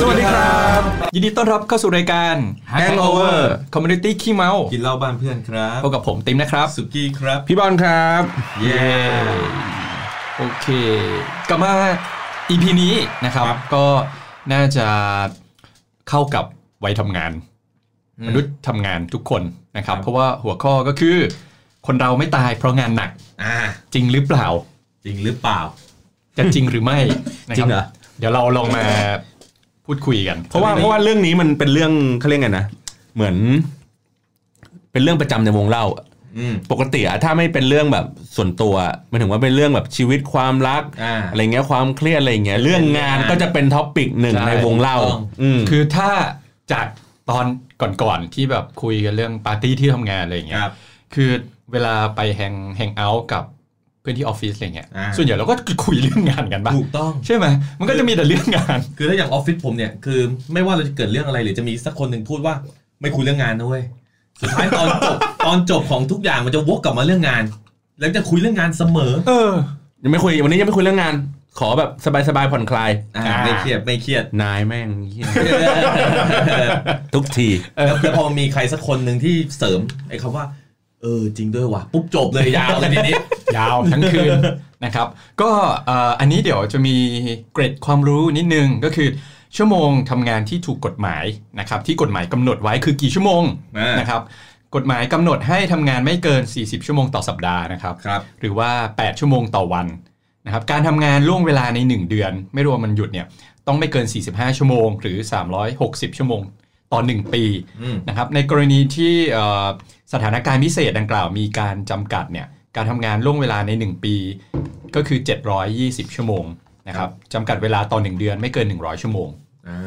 สวัสดีครับ ยินดีต้อนรับเข้าสู่รายการ Hangover Community ขี้เมา กินเหล้าบ้านเพื่อนครับ พบกับผมติมนะครับ สุกี้ครับ พี่บอลครับ เย้ โอเคกลับมา EP นี้นะครับ ครับ ก็น่าจะเข้ากับวัยทำงาน มนุษย์ทำงานทุกคนนะครับ เพราะว่าหัวข้อก็คือ คนเราไม่ตายเพราะงานหนัก อ่า จริงหรือเปล่า จริงหรือเปล่า จะจริงหรือไม่นะค จริ บ งเหรอ เดี๋ยวเราลองมาพูดคุยกัน เพราะว่าเพราะว่าเรื่องนี้มันเป็นเรื่องเขาเรียกไงนะ เหมือน เป็นเรื่องประจำในวงเล่าอะ อืม ปกติอะถ้าไม่เป็นเรื่องแบบส่วนตัวอะหมันถึงว่าเป็นเรื่องแบบชีวิตความรัก อ่า ไรเงี้ยความเครียดอะไรเงี้ยเรื่องงาน เรื่องงาน ก็จะเป็นท็อปปิกหนึ่ง ใช่ ในวงเล่า ถูกต้อง อืม คือถ้าจากตอนก่อนๆที่แบบคุยกันเรื่องปาร์ตี้ที่ทำงานอะไรอย่างเงี้ย ครับ คือเวลาไปแฮงแฮงเอาท์กับเพื่อนที่ออฟฟิศอะไรเงี้ย อ่า ส่วนใหญ่เราก็คุยเรื่องงานกันบ้าง ถูกต้อง ใช่ไหมมันก็จะมีแต่เรื่องงาน คือถ้าอย่างออฟฟิศผมเนี่ยคือไม่ว่าเราจะเกิดเรื่องอะไรหรือจะมีสักคนหนึ่งพูดว่าไม่คุยเรื่องงานนะเว้ยสุดท้ายตอนจ บ ตอนจบของทุกอย่างมันจะวกกลับมาเรื่องงาน แล้วจะคุยเรื่องงานเสมอ เออ ยังไม่คุยวันนี้ยังไม่คุยเรื่องงาน ขอแบบสบายๆผ่อนคลาย อ่า อ่า ไม่เครียดไม่เครียด นายแม่งเหี้ยทุกที แล้วแล้วพอมีใครสักคนหนึ่งที่เสริมไอ้คำว่า เออจริงด้วยว่ะปุ๊บจบเลยยาวเลยทีนี้ ยาวทั้งคืน นะครับ ก็เอ่ออันนี้เดี๋ยวจะมีเกร็ดความรู้นิดนึงก็คือชั่วโมงทำงานที่ถูกกฎหมายนะครับที่กฎหมายกำหนดไว้คือกี่ชั่วโมง อ่าน นะครับกฎหมายกำหนดให้ทำงานไม่เกิน 40 ชั่วโมงต่อสัปดาห์นะครับ ครับ หรือว่า 8 ชั่วโมงต่อวันนะครับ การทำงานล่วงเวลาใน 1 เดือน ไม่รวมมันหยุดเนี่ยต้องไม่เกิน 45 ชั่วโมง หรือ 360 ชั่วโมงต่อ 1 ปี อืม นะครับ ในกรณีที่เอ่อสถานการณ์พิเศษดังกล่าวมีการจำกัดเนี่ยการทำงานล่วงเวลาใน 1 ปี ก็คือ 720 ชั่วโมงนะครับจำกัดเวลาต่อ 1 เดือนไม่เกิน 100 ชั่วโมง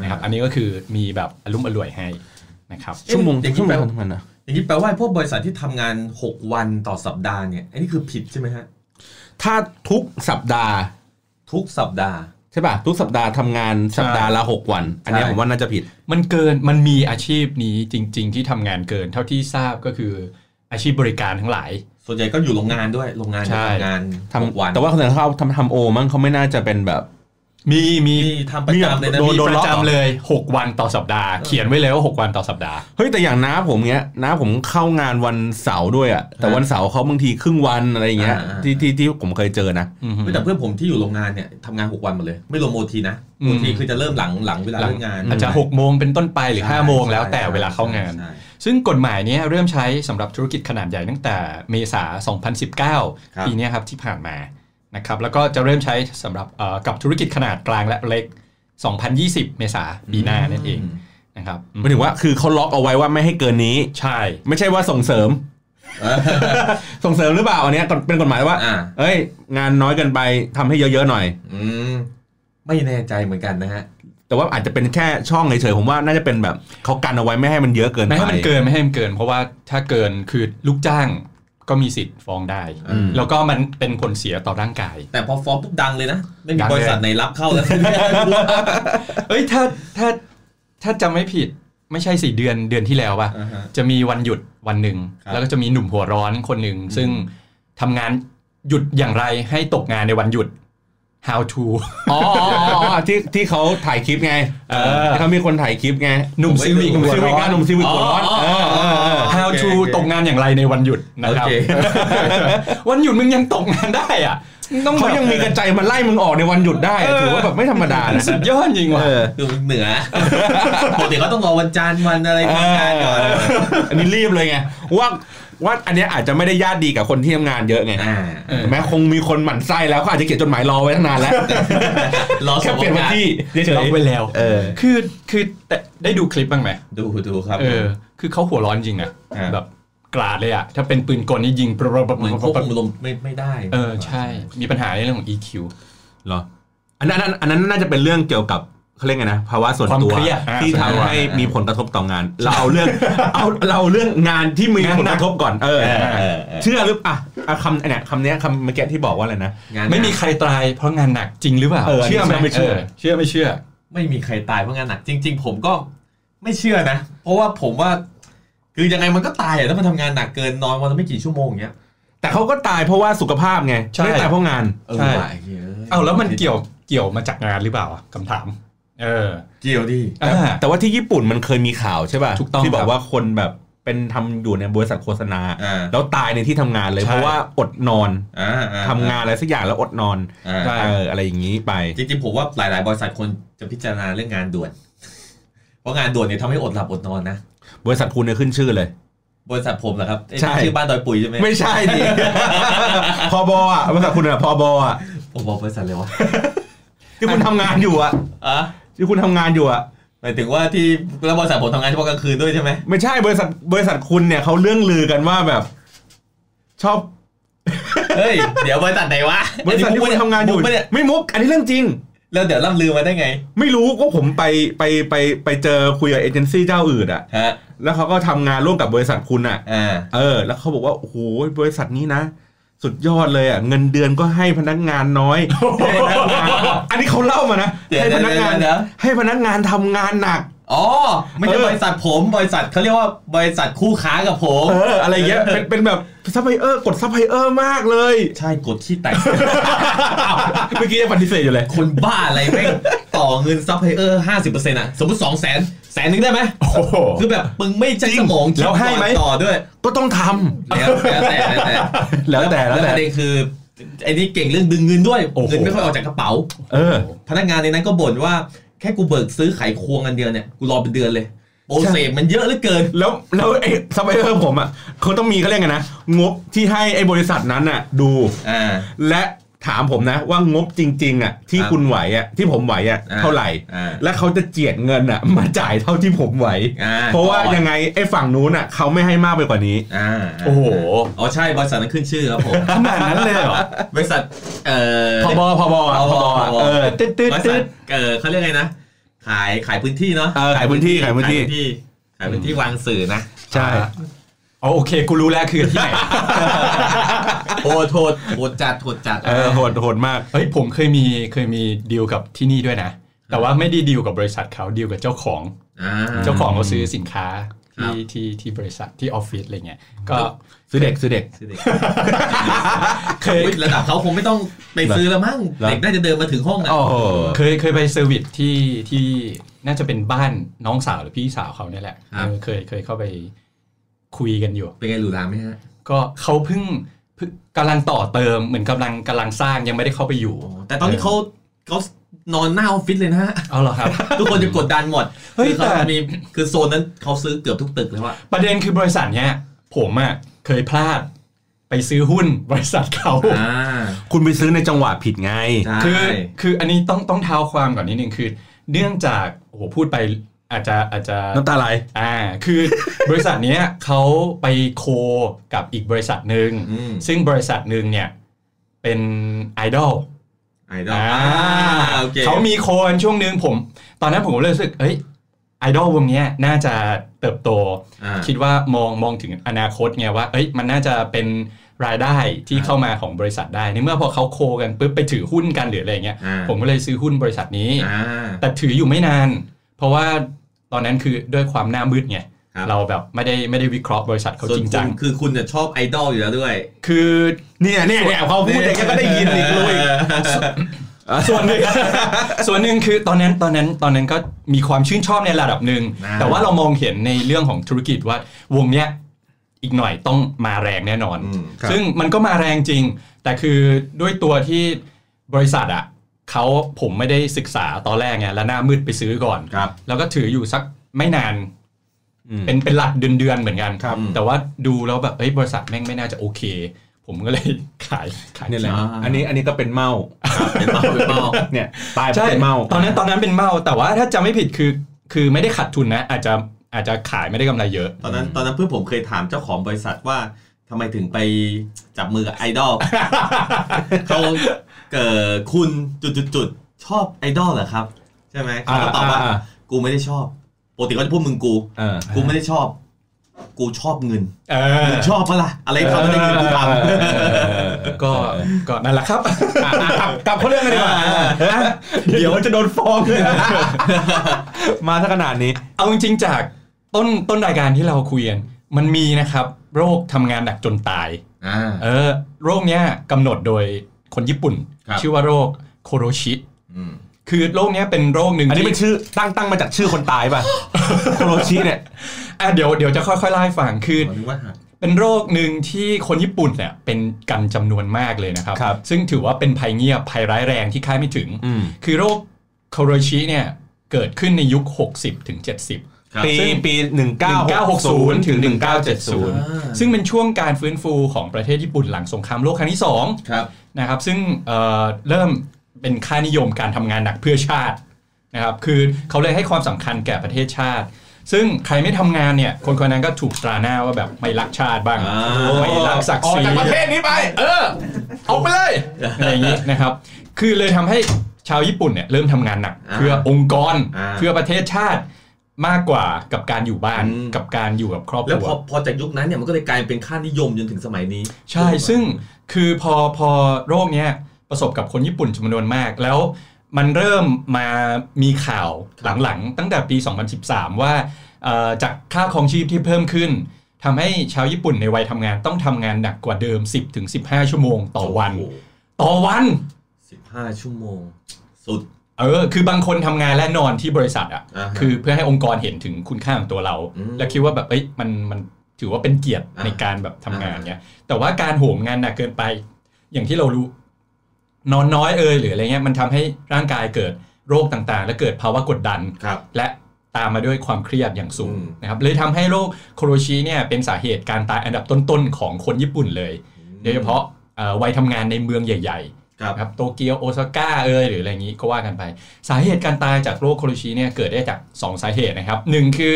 นะครับอันนี้ก็คือมีแบบอารมณ์อร่วยให้นะครับ ชั่วโมง อย่างนี้ ชั่วโม แปล ง ว่า ทำไมนะ อย่างนี้แปลว่าพวกบริษัทที่ทำงาน 6 วันต่อสัปดาห์เนี่ยอันนี้คือผิดใช่ไหมฮะ ถ้าทุกสัปดาห์ ทุกสัปดาห์ ใช่ป่ะทุกสัปดาห์ทำงานสัปดาห์ละหกวัน อันเนี้ย ใช่ ผมว่าน่าจะผิด มันเกินมันมีอาชีพนี้จริง ๆ ที่ทำงานเกิน เท่าที่ทราบก็คืออาชีพบริการทั้งหลาย ส่วนใหญ่ก็อยู่โรงงานด้วยโรงงาน ใช่ ทำงาน ทำ หกวัน แต่ว่าคนอื่นเขาทำทำโอมั้งเขาไม่น่าจะเป็นแบบ มีมี ที่ทำประจำเลยนะ โดน มี โดน ป ประ ระ จำ จำเลย เลย 6 วันต่อสัปดาห์ เขียนไว้เลยว่า6วันต่อสัปดาห์ เฮ้ยแต่อย่างน้าผมเงี้ยน้าผมเข้างานวันเสาร์ด้วยอ่ะแต่วันเสาร์เขาบางทีครึ่งวันอะไรอย่างเงี้ย อ่า ที่ที่ที่ผมเคยเจอนะ อือหือ แต่เพื่อนผมที่อยู่โรงงานเนี่ยทำงาน 6 วันหมดเลย ไม่รวมโมทีนะ อืม โมทีคือจะเริ่มหลังหลังเวลา หลั เลิกงาน อาจจะ6โมงเป็นต้นไปหรือ ใช่ 5โมง ใช่ แล้วแต่ ใช่ เวลาเข้างาน ใช่ ซึ่งกฎหมายเนี้ยเริ่มใช้สำหรับธุรกิจขนาดใหญ่ตั้งแต่เมษา ครับ 2019 ปีเนี้ยครับที่ผ่านมานะครับแล้วก็จะเริ่มใช้สำหรับเอ่อกับธุรกิจขนาดกลางและเล็ก 2020 เมษาปีหน้านั่นเองนะครับอืม ไม่ถึงว่าคือเขาล็อกเอาไว้ว่าไม่ให้เกินนี้ ใช่ ไม่ใช่ว่าส่งเสริม เออ ส่งเสริมหรือเปล่าอันเนี้ยเป็นกฎหมายว่า อ่า เอ้ย งานน้อยเกินไปทำให้เยอะๆหน่อย อืมไม่แน่ใจเหมือนกันนะฮะ แต่ว่าอาจจะเป็นแค่ช่องเฉยๆผมว่าน่าจะเป็นแบบเขากันเอาไว้ไม่ให้มันเยอะเกินไป ไม่ให้มันเกินไม่ให้มันเกิน เพราะว่าถ้าเกินคือลูกจ้างก็มีสิทธิ์ฟ้องได้ อืม แล้วก็มันเป็นผลเสียต่อร่างกาย แต่พอฟ้องปุ๊บดังเลยนะ ไม่มี ดังเลย บริษัทไหนรับเข้า แล้ว เอ้ยถ้าถ้าถ้าจำไม่ผิดไม่ใช่สี่เดือนเดือนที่แล้วป่ะ อ่าฮะ จะมีวันหยุดวันหนึ่ง ครับ แล้วก็จะมีหนุ่มหัวร้อนคนหนึ่งซึ่งทำงานหยุดอย่างไรให้ตกงานในวันหยุด how to อ๋ออ๋ออ๋อที่ที่เขาถ่ายคลิปไง เออ ที่เขามีคนถ่ายคลิปไง หนุ่มซีวิก หนุ่มซีวิก หัวร้อ นะ น หนุ่มซีวิกหัวร้อน อ๋อ เออเออเออ how โอเค to โอเค ตกงานอย่างไรในวันหยุดนะครับ โอเค วันหยุดมึงยังตกงานได้อ่ะมึงต้อง เขายังมีกระใจมาไล่มึงออกในวันหยุดได้อะถือว่าแบบไม่ธรรมดานะ สุดยอดจริงว่ะ เออ คือเหนื อปกติเขาต้องรอวันจันทร์วันอะไรทำงานก่อน อันนี้รีบเลยไงว่าว่าอันเนี้ยอาจจะไม่ได้ญาติดีกับคนที่ทำงานเยอะไง อ่า เออ แม้คงมีคนหมั่นไส้แล้วเขาอาจจะเขียนจดหมายรอไว้ตั้งนานแล้ว รอส แค่ ม เปลี่ยนวันที่เฉ ล็อย กไว้แล้ว เออ คือคือแต่ได้ดูคลิปบ้างไหม ดูดูครับ เออ คือเขาหัวร้อนจริงอะ อ่า แบบกราดเลยอะถ้าเป็นปืนกลนี่ยิงปรบปรบ เหมือน ป คว ร บบ ปรบคุมลมณ์ไม่ไม่ได้ เออใช่ มีปัญหาในเรื่องของ EQ ๆเหรออันนั้นอันนั้นอันนั้นน่าจะเป็นเรื่องเกี่ยวกับเขาเรียกไงนะภาวะส่วน ความ ตัว เครียดอ่า ที่ทำให้มีผลกระทบต่องาน เราเอาเรื่องเอาเราเอาเรื่องงานที่มีผลกระทบก่อนเออ เออเออเออ เชื่อหรืออ่ะอ่ะคำเนี่ยคำเนี้ยคำเมื่อกี้ที่บอกว่าอะไรนะ งาน ไม่มีใครตายเพราะงานหนักจริงหรือเปล่า เออ อไหม ไม่เชื่อ เชื่อไม่เชื่อ ไม่มีใครตายเพราะงานหนัก จริง ๆ ผมก็ไม่เชื่อนะ เพราะว่าผมว่า คือยังไงมันก็ตายอะถ้ามันทำงานหนักเกินนอนวันละไม่กี่ชั่วโมงอย่างเงี้ย แต่เขาก็ตายเพราะว่าสุขภาพไง ใช่ ไม่ได้ตายเพราะงาน เออ ใช่ ว่ะไอ้เหี้ย เอาแล้วมันเกี่ยวเกี่ยวมาจากงานหรือเปล่าอะคำถาม เออ เกี่ยวดี แต่ อ่า แต่ว่าที่ญี่ปุ่นมันเคยมีข่าวใช่ป่ะ ถูกต้อง ที่บคอรั ก บ ว่าคนแบบเป็นทำอยู่ในบริษัทโฆษณา อ่า แล้วตายในที่ทำงานเลย ใช่ เพราะว่าอดนอน อ่าอ่ ทำงานอะไรสักอย่างแล้วอดนอน อ่า ใช่ เอออะไรอย่างนี้ไป จริงๆผมว่าหลายๆ บริษัทคนจะพิจารณาเรื่องงานด่วน เพราะงานด่วนเนี่ยทำให้อดหลับอดนอนนะ บริษัทคุณเนี่ยขึ้นชื่อเลย บริษัทผมเหรอครับเอ้ย ใช่ ชื่อบ้านดอยปุ๋ยใช่ไหม ไม่ใช่ดิ พอบอ่ะบริษัทคุณอ่ะพอบอ่ะ ผมบอกบริษัทเลยวะ ที่คุณทำงานอยู่อ่ะ อ่ะ ที่คุณทำงานอยู่อ่ะ หมายถึงว่าที่แล้วบริษัทผมทำงานเฉพาะกลางคืนด้วยใช่ไหม ไม่ใช่บริษัทบริษัทคุณเนี่ยเขาเรื่องลือกันว่าแบบ ชอบ เฮ้ยเดี๋ยวบริษัทไหนวะ บริษัทที่คุณทำงานอยู่ มุกปะเนี่ย ไม่มุก อันนี้เรื่องจริง แล้วเดี๋ยวล่ำลือมาได้ไง ไม่รู้ก็ผมไปไปไปไปเจอคุยกับเอเจนซี่เจ้าอื่นอ่ะ ฮะ แล้วเขาก็ทำงานร่วมกับบริษัทคุณอ่ะ อ่า เออ แล้วเขาบอกว่าโอ้โหบริษัทนี้นะ สุดยอดเลยอ่ะเงินเดือนก็ให้พนักงานน้อย ให้พนักงานอันนี้เขาเล่ามานะ เดี๋ยว ให้ เดี๋ พ ยว นักงาน เดี๋ยว ให้พนักงานทำงานหนัก อ๋อ ไม่ใช่ เออ บริษัทผม บริษัทเขาเรียกว่าบริษัทคู่ค้ากับผม เออ อะไรเงี้ยเป็นเป็นแบบซัพพลายเออร์กดซัพพลายเออร์มากเลย ใช่กดที่แตก เมื่อกี้ยังปฏิเสธอยู่เลย คนบ้าอะไรแม่ง ต่อเงินซัพพลายเออร์ห้าสิบเปอร์เซ็นต์อะสมมติสองแสนแสนนึงได้ไหม โอ้โห คือแบบมึงไม่ใช้สมองคิด แล้วให้ไหม ก่อนต่อด้วย ก็ต้องทำ แล้วแล้วแต่แล้วแต่ แล้วแต่แล้ว แล้วป แต่ ระเด็นคือไอ้นี่เก่งเรื่องดึงเงินด้วย โอ้โห เงินไม่ค่อยออกจากกระเป๋า เออ พนักงานในนั้นก็บ่นว่าแค่กูเบิกซื้อไขควงอันเดียวเนี่ยกูรอเป็นเดือนเลยโอเซฟมันเยอะเหลือเกิน แล้วแล้วไอ้ซัพพลายเออร์ผมอ่ะเขาต้องมีเขาเรียกไงนะงบที่ให้ไอ้บริษัทนั้นอ่ะ ดู อ่า และถามผมนะว่างบจริง ๆ อ่ะ ที่ ครับ คุณไหวอ่ะที่ผมไหวอ่ะเท่าไหร่ อ่า และเขาจะเจียดเงินอ่ะ มาจ่ายเท่าที่ผมไหว อ่ เพราะว่ายังไงไอ้ฝั่งนู้นอ่ะเขาไม่ให้มากไปกว่านี้ อ่า โอ้โห อ๋อใช่บริษัทนั้นขึ้นชื่อครับผม ขนาดนั้นเลยเหรอบ ริษัทเอ่อ พอบอพอบอ พบ ะเออตืดตืด บริษั ตื ท ด เอ่อเขาเรียกไงนะ ขายขายพื้นที่เนาะ เออขายพื้นที่ขายพื้นที่ ขายพื้นที่วางสื่อนะ ใช่ อ๋อโอเค กูรู้แล้วคือที่ไหน โทษโทษโทษจัดโทษจัด เออโหดโหดมาก เฮ้ยผมเคยมีเคยมีดีลกับที่นี่ด้วยนะ แต่ว่าไม่ได้ดีลกับบริษัทเขาดีลกับเจ้าของ อ่า เจ้าของเขาซื้อสินค้า ครั ที่ บ ที่ที่บริษัทที่ออฟฟิศอะไรเงี้ย ก็ ซื้อเด็กซื้อเด็ก ซื้อเด็ก เคย อุ๊ยระดับเขาคงไม่ต้องไปซื้อแล้วมั้ง เหรอ เด็กน่าจะเดินมาถึงห้องนะ โอ้โห เคยเคยไปเซอร์วิสที่ที่น่าจะเป็นบ้านน้องสาวหรือพี่สาวเขาเนี่ยแหละเออเคยเคยเข้าไปคุยกันอยู่ เป็นไงหรูหราไหมฮะ ก็เขาเพิ่งเพิ่งกำลังต่อเติมเหมือนกำลังกำลังสร้างยังไม่ได้เข้าไปอยู่ โอ้แต่ตอนนี้เขาเขานอนหน้าออฟฟิศเลยนะฮะ เอาเหรอครับ ทุกคนจะกดดันหมด เฮ้ย คือเขา แต่ มีคือโซนนั้นเขาซื้อเกือบทุกตึกแล้วอะ ประเด็นคือบริษัทเนี้ยผมอ่ะเคยพลาดไปซื้อหุ้นบริษัทเขา คุณไปซื้อในจังหวะผิดไง คือคืออันนี้ต้องต้องเท้าความก่อนนิดนึงคือ เนื่องจากโอ้โหพูดไปอาจจะอาจจะ น้ำตาไหล อ่าคือ บริษัทเนี้ยเขาไปโคกับอีกบริษัทหนึ่ง อืม ซึ่งบริษัทหนึ่งเนี่ยเป็นไอดอล ไอดอลโอเค เขามีโคกันช่วงหนึ่งผม ตอนนั้นผมก็เลยรู้สึกเอ้ยไอดอลวงเนี้ยน่าจะเติบโต อ่า คิดว่ามองมองถึงอนาคตไงว่า เอ้ยมันน่าจะเป็นรายได้ที่ อ่า เข้ามาของบริษัทได้ในเมื่อพอเขาโคกันปุ๊บไปถือหุ้นกันหรืออะไรเงี้ย อ่า ผมก็เลยซื้อหุ้นบริษัทนี้ อ่า แต่ถืออยู่ไม่นาน เพราะว่าตอนนั้นคือด้วยความหน้ามืดไง ครับ เราแบบไม่ได้ไม่ได้วิเคราะห์บริษัทเขา ส่วน จริง คุ จัง ณคือคุณเนี่ยชอบไอดอลอยู่แล้วด้วย คือ เนี่ยเนี่ยเนี่ยเขาพูดอย่างเงี้ยก็ได้ยินอีกรู้อีก ส่วนหนึ่ง ส่วนหนึ่งคือตอนนั้นตอนนั้นตอนนั้นก็มีความชื่นชอบในระดับหนึ่ง า แต่ว่าเรามองเห็นในเรื่องของธุรกิจว่าวงเนี้ยอีกหน่อยต้องมาแรงแน่นอน อืม ครับ ซึ่งมันก็มาแรงจริง แต่คือด้วยตัวที่บริษัทอ่ะเขาผมไม่ได้ศึกษาตอนแรกไงแล้วหน้ามืดไปซื้อก่อน ครับ แล้วก็ถืออยู่สักไม่นาน อืม เป็นเป็นหลักเดือนเดือนๆเหมือนกัน ครับ แต่ว่าดูแล้วแบบเฮ้ยบริษัทแม่งไม่น่าจะโอเค ผมก็เลย ขายขาย เนี่ยแหละ อ่า อันนี้อันนี้ก็เป็นเมา เป็นเมาเป็นเมา เนี่ยตายเพราะ ใช่ เป็นเมา ตอนนั้นตอนนั้นเป็นเมา แต่ว่าถ้าจำไม่ผิดคือ คือไม่ได้ขาดทุนนะ อาจจะอาจจะขายไม่ได้กำไรเยอะ ตอนนั้นตอนนั้นเพื่อนผมเคยถามเจ้าของบริษัทว่าทำไมถึงไปจับมือกับไอดอ ล เขาเกิดคุณจุดจุดจุดชอบไอดอลเหรอครับ ใช่ไหมเขาก็ตอบว่า อ่าอ่า กูไม่ได้ชอบปกติเขาจะพูดมึงกู เออ กูไม่ได้ชอบ กูชอบเงิน เอ อ มึงชอบปะล่ะอะไรทำไม่ได้เงินกูท ก็ก็นั่นแหละครับ อ่ะอ่ะกลับกลับเข้าเรื่องกันดีกว่า เดี๋ยวจะโดนฟ้อง มาถ้าขนาดนี้ เอาจริงๆจากต้นต้นรายการที่เราคุยกันมันมีนะครับ โรคทำงานหนักจนตาย ำอ่า เออ โรคเนี้ยกำหนดโดยคนญี่ปุ่น ครับ ชื่อว่าโรคโคโรชิ อืม คือโรคเนี้ยเป็นโรคหนึ่ง อันนี้เป็น ที่ ชื่อตั้งตั้งมาจากชื่อคนตายป่ะ โคโรชิเนี่ย อ่ะเดี๋ยวเดี๋ยวจะค่อยๆไล่าให้ฟังคือ นึกว่าหัก เป็นโรคหนึ่งที่คนญี่ปุ่นเนี่ยเป็นกันจำนวนมากเลยนะครับ ครับ ซึ่งถือว่าเป็นภัยเงียบภัยร้ายแรงที่คาดไม่ถึง อืม คือโรคโคโรชิเนี่ยเกิดขึ้นในยุค 60ถึง70 ครับ ปี ซึ่ง ปีหนึ่งเก้าหกศูนย์ 1960 ถึ ถึ ง ง หนึ่งเก้าเจ็ดศูนย์ 1970 ซึ่งเป็นช่วงการฟื้นฟูของประเทศญี่ปุ่นหลังสงครามโลกครั้งที่ ครับ 2 นะครับ ซึ่งเอ่อเริ่มเป็นค่านิยมการทำงานหนักเพื่อชาตินะครับ คือเขาเลยให้ความสำคัญแก่ประเทศชาติ ซึ่งใครไม่ทำงานเนี่ยคนคนนั้นก็ถูกตราหน้าว่าแบบไม่รักชาติบ้าง อ่า ไม่รักศักดิ์ศรี ออกจากประเทศนี้ไป เออเอาไปเลยอะไรอย่างนี้นะครับ คือเลยทำให้ชาวญี่ปุ่นเนี่ยเริ่มทำงานหนัก อ่า เพื่อองค์กร อ่า เพื่อประเทศชาติมากกว่ากับการอยู่บ้าน อืม กับการอยู่กับครอบค แล้รัวพ ว อพอจากยุคนั้นเนี่ยมันก็เลยกลายเป็นค่านิยมจนถึงสมัยนี้ ใช่ ซึ่งคือพอพอโรคเนี้ยประสบกับคนญี่ปุ่นจำนวนมาก แล้วมันเริ่มมามีข่าวหลังๆ ตั้งแต่ปี 2013 ว่าเอ่อจากค่าครองชีพที่เพิ่มขึ้นทำให้ชาวญี่ปุ่นในวัยทำงานต้องทำงานหนักกว่าเดิม 10-15 ชั่วโมงต่อวัน โโห ต่อวัน สิบห้าชั่วโมง สุด เออ คือบางคนทำงานและนอนที่บริษัทอ่ะ อ่าฮะ คือเพื่อให้องค์กรเห็นถึงคุณค่าของตัวเรา อืม และคิดว่าแบบ เอ้ย มัน มันถือว่าเป็นเกียรติ อ่า ในการแบบทำงานเนี้ย แต่ว่าการโหมงานหนักเกินไป อย่างที่เรารู้ นอนน้อยเอยหรืออะไรเงี้ย มันทำให้ร่างกายเกิดโรคต่างๆ และเกิดภาวะกดดัน ครับ และตามมาด้วยความเครียดอย่างสูง อืม นะครับ เลยทำให้โรคโคโรชีเนี่ยเป็นสาเหตุการตายอันดับต้นๆของคนญี่ปุ่นเลย โดยเฉพาะเอ่อวัยทำงานในเมืองใหญ่ ๆ ครับ ครับโตเกียวโอซาก้าเอยหรืออะไรอย่างนี้ก็ว่ากันไป สาเหตุการตายจากโรคโคโรชีเนี่ยเกิดได้จาก 2 สาเหตุนะครับหนึ่งคือ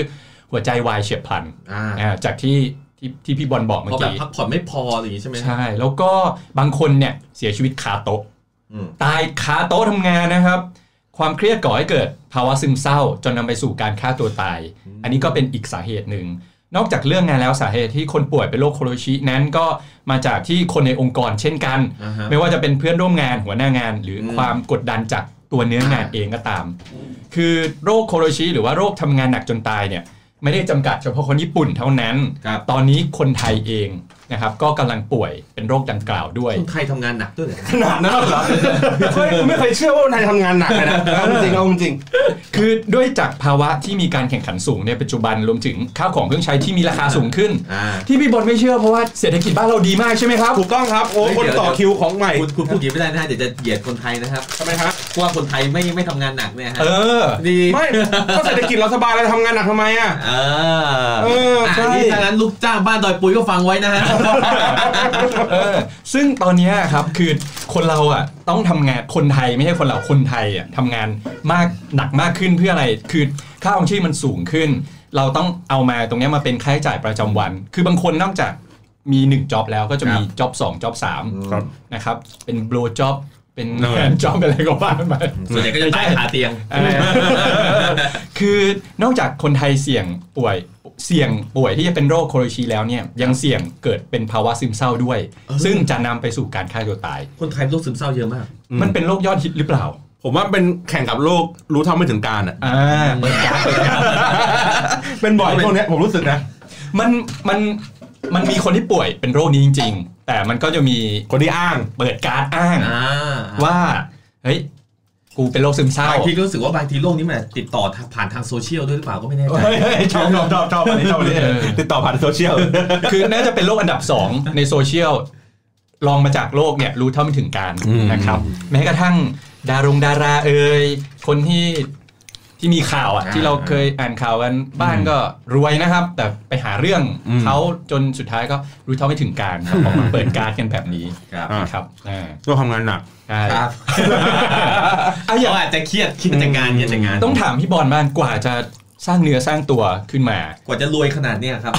หัวใจวายเฉียบพลัน อ่า อ่าจากที่ที่ที่พี่บอลบอกเมื่ เพ อ ราะแบบ กี้ พักผ่อนไม่พออะไรอย่างนี้ใช่ไหม ใช่แล้วก็บางคนเนี่ยเสียชีวิตคาโต๊ะ อืม ตายคาโต๊ะทำงานนะครับ ความเครียดก่อให้เกิดภาวะซึมเศร้า จนนำไปสู่การฆ่าตัวตาย อืม อันนี้ก็เป็นอีกสาเหตุหนึ่ง นอกจากเรื่องงานแล้วสาเหตุที่คนป่วยเป็นโรคโคโรชีนั้นก็มาจากที่คนในองค์กรเช่นกัน อ่าฮะ ไม่ว่าจะเป็นเพื่อนร่วมงานหัวหน้างาน หรืออ ม ความกดดันจากตัวเนื้องานเองก็ตาม คือโรคโคโรชิหรือว่าโรคทำงานหนักจนตายเนี่ยไม่ได้จำกัดเฉพาะคนญี่ปุ่นเท่านั้น ครับ ตอนนี้คนไทยเองนะครับก็กำลังป่วยเป็นโรคดังกล่าวด้วย คนไทยทำงานหนักด้วยเหรอ ขนาดนั้นเหรอเฮ้ยไม่เคยเชื่อว่าคนไทยทำงานหนักเลยนะเอาจริงเอาจริง คือด้วยจากภาวะที่มีการแข่งขันสูงในปัจจุบันรวมถึงข้าวของเครื่องใช้ที่มีราคาสูงขึ้น อ่า ที่พี่บอลไม่เชื่อเพราะว่าเศรษฐกิจบ้านเราดีมากใช่ไหมครับ ถูกต้องครับโอ้ เฮ้ย คน เดี๋ยว ต่อคิวของใหม่ คุณคุณพูดอย่างนี้ไม่ได้นะฮะเดี๋ยวจะเหยียดคนไทยนะครับ ทำไมครับ เพราะว่าคนไทยไม่ไม่ทำงานหนักเนี่ยฮะ เออ ดี ไม่ก็เศรษฐกิจเราสบายเราทำงานหนักทำไมอ่ะ เอ เออ อะ ใช่ นี่ถ้างั้นลูกจ้างบ้านดอยปุยก็ฟังไว้นะฮะ เออซึ่งตอนเนี้ยครับคือคนเราอ่ะต้องทำงานคนไทยไม่ใช่คนเราคนไทยอ่ะทำงานมากหนักมากขึ้นเพื่ออะไรคือค่าของชีพมันสูงขึ้น เราต้องเอามาตรงเนี้ยมาเป็นค่าใช้จ่ายประจำวัน คือบางคนนอกจากมี1จ็อบแล้วก็จะมีจ็อบ2จ็อบ3 ครับ นะครับเป็นโบลจ็อบเป็น นั่นแห แฮ ละ น จ็อบอะไรก็ว่ากันไป ส่วนใหญ่ก็จะตายคาเตียง เออ คือนอกจากคนไทยเสี่ยงป่วยเสี่ยงป่วยที่จะเป็นโรคโคโรชีแล้วเนี่ยยังเสี่ยงเกิดเป็นภาวะซึมเศร้าด้วย เออ ซึ่งจะนำไปสู่การฆ่าตัวตาย คนไทยโรคซึมเศร้าเยอะมาก อืม มันเป็นโรคยอดฮิตหรือเปล่า ผมว่าเป็นแข่งกับโลกรู้เท่าไม่ถึงการอ่ะ อ่าเปิดการเปิดการ เป็นบ่อยพวกเนี้ยผมรู้สึกนะ มันมันมันมีคนที่ป่วยเป็นโรคนี้จริง ๆ แต่มันก็จะมี คนที่อ้าง เปิดการดอ้าง อ่า ว่าเฮ้ยกูเป็นโรคซึมเศร้า บางทีก็รู้สึกว่าบางทีโรคนี้มันติดต่อทางผ่านทางโซเชียลด้วยหรือเปล่าก็ไม่แน่ใจ เฮ้ยเฮ้ยชอบชอบชอบชอบอันนี้ชอบอันนี้ติดต่อผ่านโซเชียล คือน่าจะเป็นโรคอันดับสองในโซเชียลลองมาจากโลกเนี่ยรู้เท่าไม่ถึงการ อืม นะครับ แม้กระทั่งดารงดาราเอ่ยคนที่ที่มีข่าวอ่ะ อ่า ที่เราเคยอ่านข่าวกันบ้านก็รวยนะครับ แต่ไปหาเรื่องเขาจนสุดท้ายก็รู้เท่าไม่ถึงการครับออกมาเปิดการดกันแบบนี้ ครับ นะครับอ่า ต้องทำงานหนัก ใช่ ครับ อ่ะอ เขา ย่าง อาจจะเครียดคิดแต่งานเงินแต่งาน ต้องถามพี่บอลบ้างกว่าจะสร้างเนื้อสร้างตัวขึ้นมา กว่าจะรวยขนาดเนี้ยครับ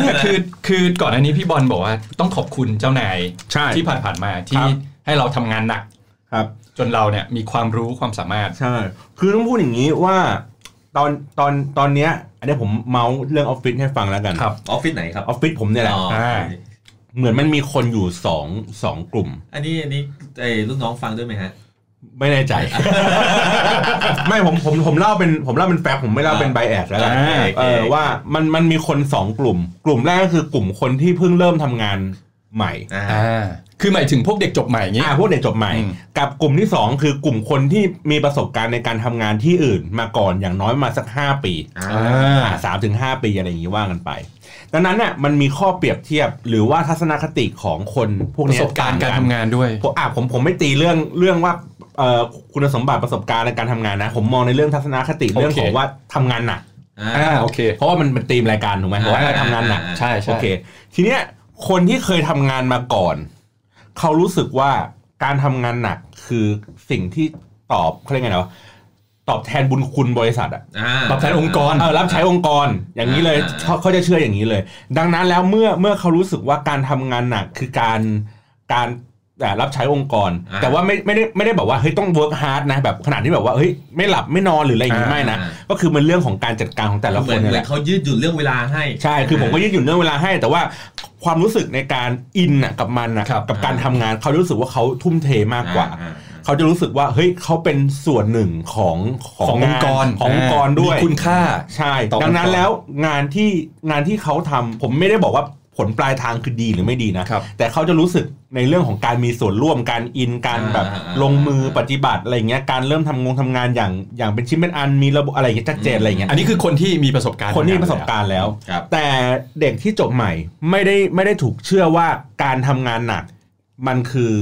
เนี่ยคือคือก่อนอันนี้พี่บอลบอกว่าต้องขอบคุณเจ้านาย ใช่ ที่ผ่านๆมา ค ที่ รับ ให้เราทำงานหนัก ครับ จนเราเนี่ยมีความรู้ความสามารถ ใช่ คือต้องพูดอย่างนี้ว่า ตอนตอนตอนเนี้ย อันนี้ผมเมาส์เรื่องออฟฟิศให้ฟังแล้วกัน ครับ ออฟฟิศไหนครับ ออฟฟิศผมเนี่ยแหละ อ๋อ อ่า เหมือนมันมีคนอยู่สองสองกลุ่ม อันนี้อันนี้ไอ้ลูกน้องฟังด้วยไหมฮะ ไม่แน่ใจ ไม่ผมผมผมเล่าเป็นผมเล่าเป็นแฟกต์ผมไม่เล่าเป็นไบแอดแล้วกัน อ่า เออว่ามันมันมีคนสองกลุ่ม กลุ่มแรกก็คือกลุ่มคนที่เพิ่งเริ่มทำงาน ใหม่ อ่า อ่าคือหมายถึงพวกเด็กจบใหม่อย่างงี้ อ่าพวกเด็กจบใหม่ อืม กับกลุ่มที่สองคือกลุ่มคนที่มีประสบการณ์ในการทำงานที่อื่นมาก่อนอย่างน้อยประมาณสักห้าปี อ่า อ่า สามถึงห้าปีอะไรอย่างนี้ว่ากันไป ดังนั้นน่ะมันมีข้อเปรียบเทียบหรือว่าทัศนคติของคนพวก ป เนี้ ระ ย สบการณ์การทำงานด้วย ผมอ่ะผมผมไม่ตีเรื่องเรื่องว่าเอ่อคุณสมบัติประสบการณ์ในการทำงานนะ ผมมองในเรื่องทัศนคติ โอเค เรื่องของว่าทำงานหนัก อ่า อ่าโอเค เพราะว่ามันเป็นธีมรายการถูกไหมบอกว่า อ่า ทำงานหนัก อ่า ใช่ใช่ โอเค ทีเนี้ยคนที่เคยทำงานมาก่อน เขารู้สึกว่าการทำงานหนักคือสิ่งที่ตอบเขาเรียกไงเนาะตอบแทนบุญคุณบริษัทอะ อ่า ตอบแทนองค์กร เออรับใช้องค์กรอย่างนี้เลย อ่า เขาเขาจะเชื่ออย่างนี้เลย ดังนั้นแล้วเมื่อเมื่อเขารู้สึกว่าการทำงานหนักคือการการอ่ารับใช้องค์กร แต่ว่าไม่ไม่ได้ไม่ได้บอกว่าเฮ้ยต้อง work hard นะแบบขนาดที่แบบว่าเฮ้ยไม่หลับไม่นอนหรืออะไรอย่างนี้ไม่นะก็คือมันเรื่องของการจัดการของแต่ละคเหมือน น นั่นเหมื แห อน ละ เขายืดหยุ่นเรื่องเวลาให้ ใช่คือผมก็ยืดหยุ่นเรื่องเวลาให้ แต่ว่าความรู้สึกในการอินน่ะกับมันนะครับ กับการทำงานเขารู้สึกว่าเขาทุ่มเทมากกว่า อ่ เขาจะรู้สึกว่าเฮ้ยเขาเป็นส่วนหนึ่งของ ขององ า ค์ น กร ขององค์กรด้วย มีคุณค่า ใช่ ต่อ ดังนั้ อง น ค์กร แล้วงานที่งานที่เขาทำผมไม่ได้บอกว่าผลปลายทางคือดีหรือไม่ดีนะ ครับ แต่เขาจะรู้สึกในเรื่องของการมีส่วนร่วมการอินการแบบลงมือปฏิบัติอะไรอย่างเงี้ยการเริ่มทำงงทำงานอย่างอย่างเป็นชิ้นเป็นอันมีระบบอะไรอย่างเงี้ยชัดเจนอะไรอย่างเงี้ย อันนี้คือคนที่มีประสบการณ์ คนที่มีประสบการณ์แล้ว ครับ แต่เด็กที่จบใหม่ไม่ได้ไม่ได้ถูกเชื่อว่าการทำงานหนักมันคือ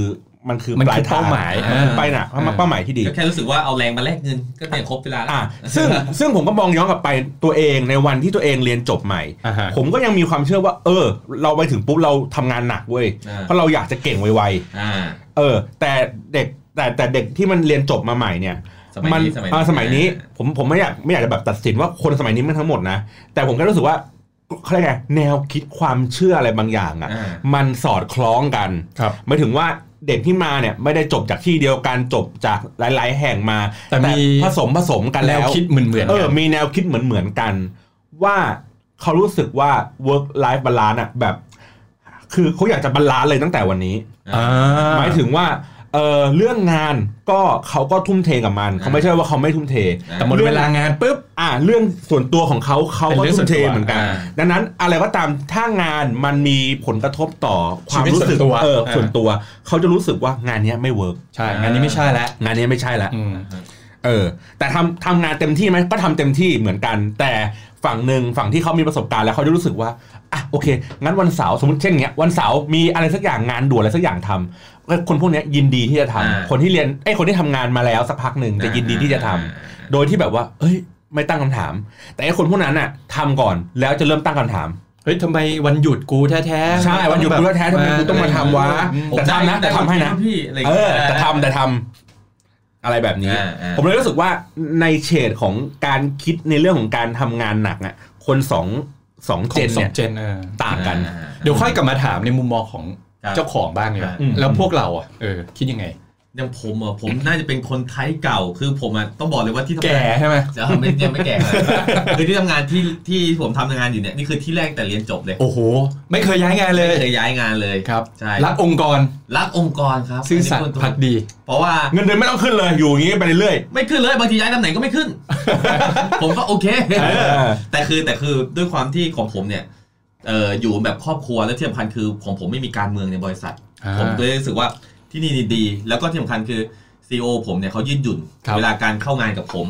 มันคือ มัน ปลา คื ย อ ทา เป้าง หมาย อ่ า ไปหนักเป้าหมายที่ดี ก็แค่รู้สึกว่าเอาแรงมาแลกเงินก็เนี่ยครบเวลาแล้ว อ่ะซึ่งซึ่งผมก็มองย้อนกลับไปตัวเองในวันที่ตัวเองเรียนจบใหม่ อ่าฮะ ผมก็ยังมีความเชื่อว่า เออ เราไปถึงปุ๊บเราทำงานหนักเว้ย อ่า เพราะเราอยากจะเก่งไว อ่า ๆเออ แต่เด็กแต่แต่เด็กที่มันเรียนจบมาใหม่เนี่ย สมัยนี้สมัย อ่าสมัยนี้ผมผมไม่อยากไม่อยากจะแบบตัดสินว่าคนสมัยนี้มันทั้งหมดนะ แต่ผมก็รู้สึกว่าเขาเรียกไงแนวคิดความเชื่ออะไรบางอย่างอ่ะ อ่า มันสอดคล้องกัน ครับ หมายถึงว่าเด็กที่มาเนี่ยไม่ได้จบจากที่เดียวกันจบจากหลาย ๆ แห่งมา แต่มี ผสมผสมกัน แน แล้วว คิดเหมือนเหมือน เอ กั อ น มีแนวคิดเหมือนเหมือนๆกัน ว่าเขารู้สึกว่า work life balance อะแบบ คือเขาอยากจะบาลานซ์เลยตั้งแต่วันนี้ หมายถึงว่าเออเรื่องงานก็เขาก็ทุ่มเทกับมัน เขาไม่ใช่ว่าเขาไม่ทุ่มเท อ่า แต่หมดเวลางานปุ๊บ อ่าเรื่องส่วนตัวของเขาเขา เป็น ก็ เรื่องส่วนทุ่มเท ตัว เหมือนกัน อ่า ดังนั้นอะไรก็ตามถ้างานมันมีผลกระทบต่อความ ชีวิต รู้สึก ส่วนตัว เออ อ่า ส่วนตัว เขาจะรู้สึกว่างานเนี้ยไม่เวิร์ก ใช่งานนี้ไม่ใช่แล้ว งานเนี้ยไม่ใช่ละ อืม เออแต่ทำทำงานเต็มที่ไหมก็ทำเต็มที่เหมือนกัน แต่ฝั่งหนึ่งฝั่งที่เขามีประสบการณ์แล้วเขาจะรู้สึกว่าอ่ะโอเค งั้นวันเสาร์สมมติเช่นเงี้ยวันเสาร์มีอะไรสักอย่างงานด่วนอะไรสักอย่างทำคนพวกเนี้ยยินดีที่จะทำ อ่า คนที่เรียนไอ้ยคนที่ทำงานมาแล้วสักพักหนึ่งจะยินดีที่จะทำโดยที่แบบว่า เอ้ย ไม่ตั้งคำถาม แต่ไอ้คนพวกนั้นน่ะทำก่อนแล้วจะเริ่มตั้งคำถาม เฮ้ยทำไมวันหยุดกูแท้ๆ ใช่วันหยุดกูแท้ๆทำไมกูต้องมาทำวะ ผม แต่ทำนะแต่ทำให้นะ พี่อะไรย่าง เอ งี้อยแต่ทำแต่ทำอะไรแบบนี้ อ่าอ่า ผมเลยรู้สึกว่าในเฉดของการคิดในเรื่องของการทำงานหนักอ่ะคนสองสอง ข เจ อง น สอ เนี่ ง ย เจนเออ ต่างกัน อ่า เดี๋ยวค่อยกลับมาถามในมุมมองของ ครับ เจ้าของบ้างเนี่ย อืม แล้วพวกเราอ่ะเออคิดยังไง อย่างผมอ่ะผมน่าจะเป็นคนไทยเก่าคือผมอ่ะต้องบอกเลยว่าที่ทำงาน แก่ใช่ไหม เดี๋ยวไม่ยังไม่แก่ เลยคือที่ทำงานที่ที่ผมทำงานอยู่เนี่ยนี่คือที่แรกแต่เรียนจบเลย โอ้โห ไม่เคยย้ายงานเลย ไม่เคยย้ายงานเลย ครับ ใช่ รักองค์กร รักองค์กรครับ ซื่อสัตย์พักดี เพราะว่า เงินเดือนไม่ต้องขึ้นเลยอยู่อย่างนี้ไปเรื่อย ไม่ขึ้นเลยบางทีย้ายตำแหน่ง ก็ไม่ขึ้น ผมก็โอเค ๆเออ แต่คือแต่คือด้วยความที่ของผมเนี่ยเอออยู่แบบครอบครัวและที่สำคัญคือของผมไม่มีการเมืองในบริษัท อ่า ผมก็เลยรู้สึกว่าที่นี่ดี แล้วก็ที่สำคัญคือซีอผมเนี่ยเขายืดหยุ่น ครับ เวลาการเข้างานกับผม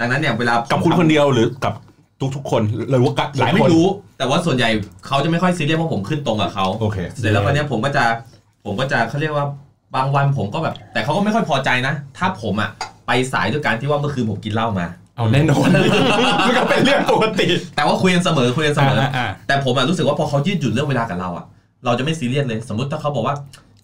ดังนั้นเนี่ยเวลา กับ ผม คุณ ทำ คนเดียวหรือกับทุกๆคนหรือว่ากับ ผม หลาย ไม่ คน รู้ แต่ว่าส่วนใหญ่เขาจะไม่ค่อยซีเรียสว่าผมขึ้นตรงกับเขา โอเค เสร็จแล้ววันเนี้ยผมก็จะผมก็จะเขาเรียกว่าบางวันผมก็แบบ แต่เขาก็ไม่ค่อยพอใจนะ ถ้าผมอะไปสายด้วยการที่ว่าเมื่อคืนผมกินเหล้ามา เอาแน่นอน มันก็เป็นเรื่องปกติ แต่ว่าคุยกันเสมอคุยกันเสมอ าา แต่ผมอะรู้สึกว่าพอเขายืดหยุ่นเรื่องเวลากับเราอะเราจะไม่ซีเรียสเลย สมมติถ้าเขาบอกว่า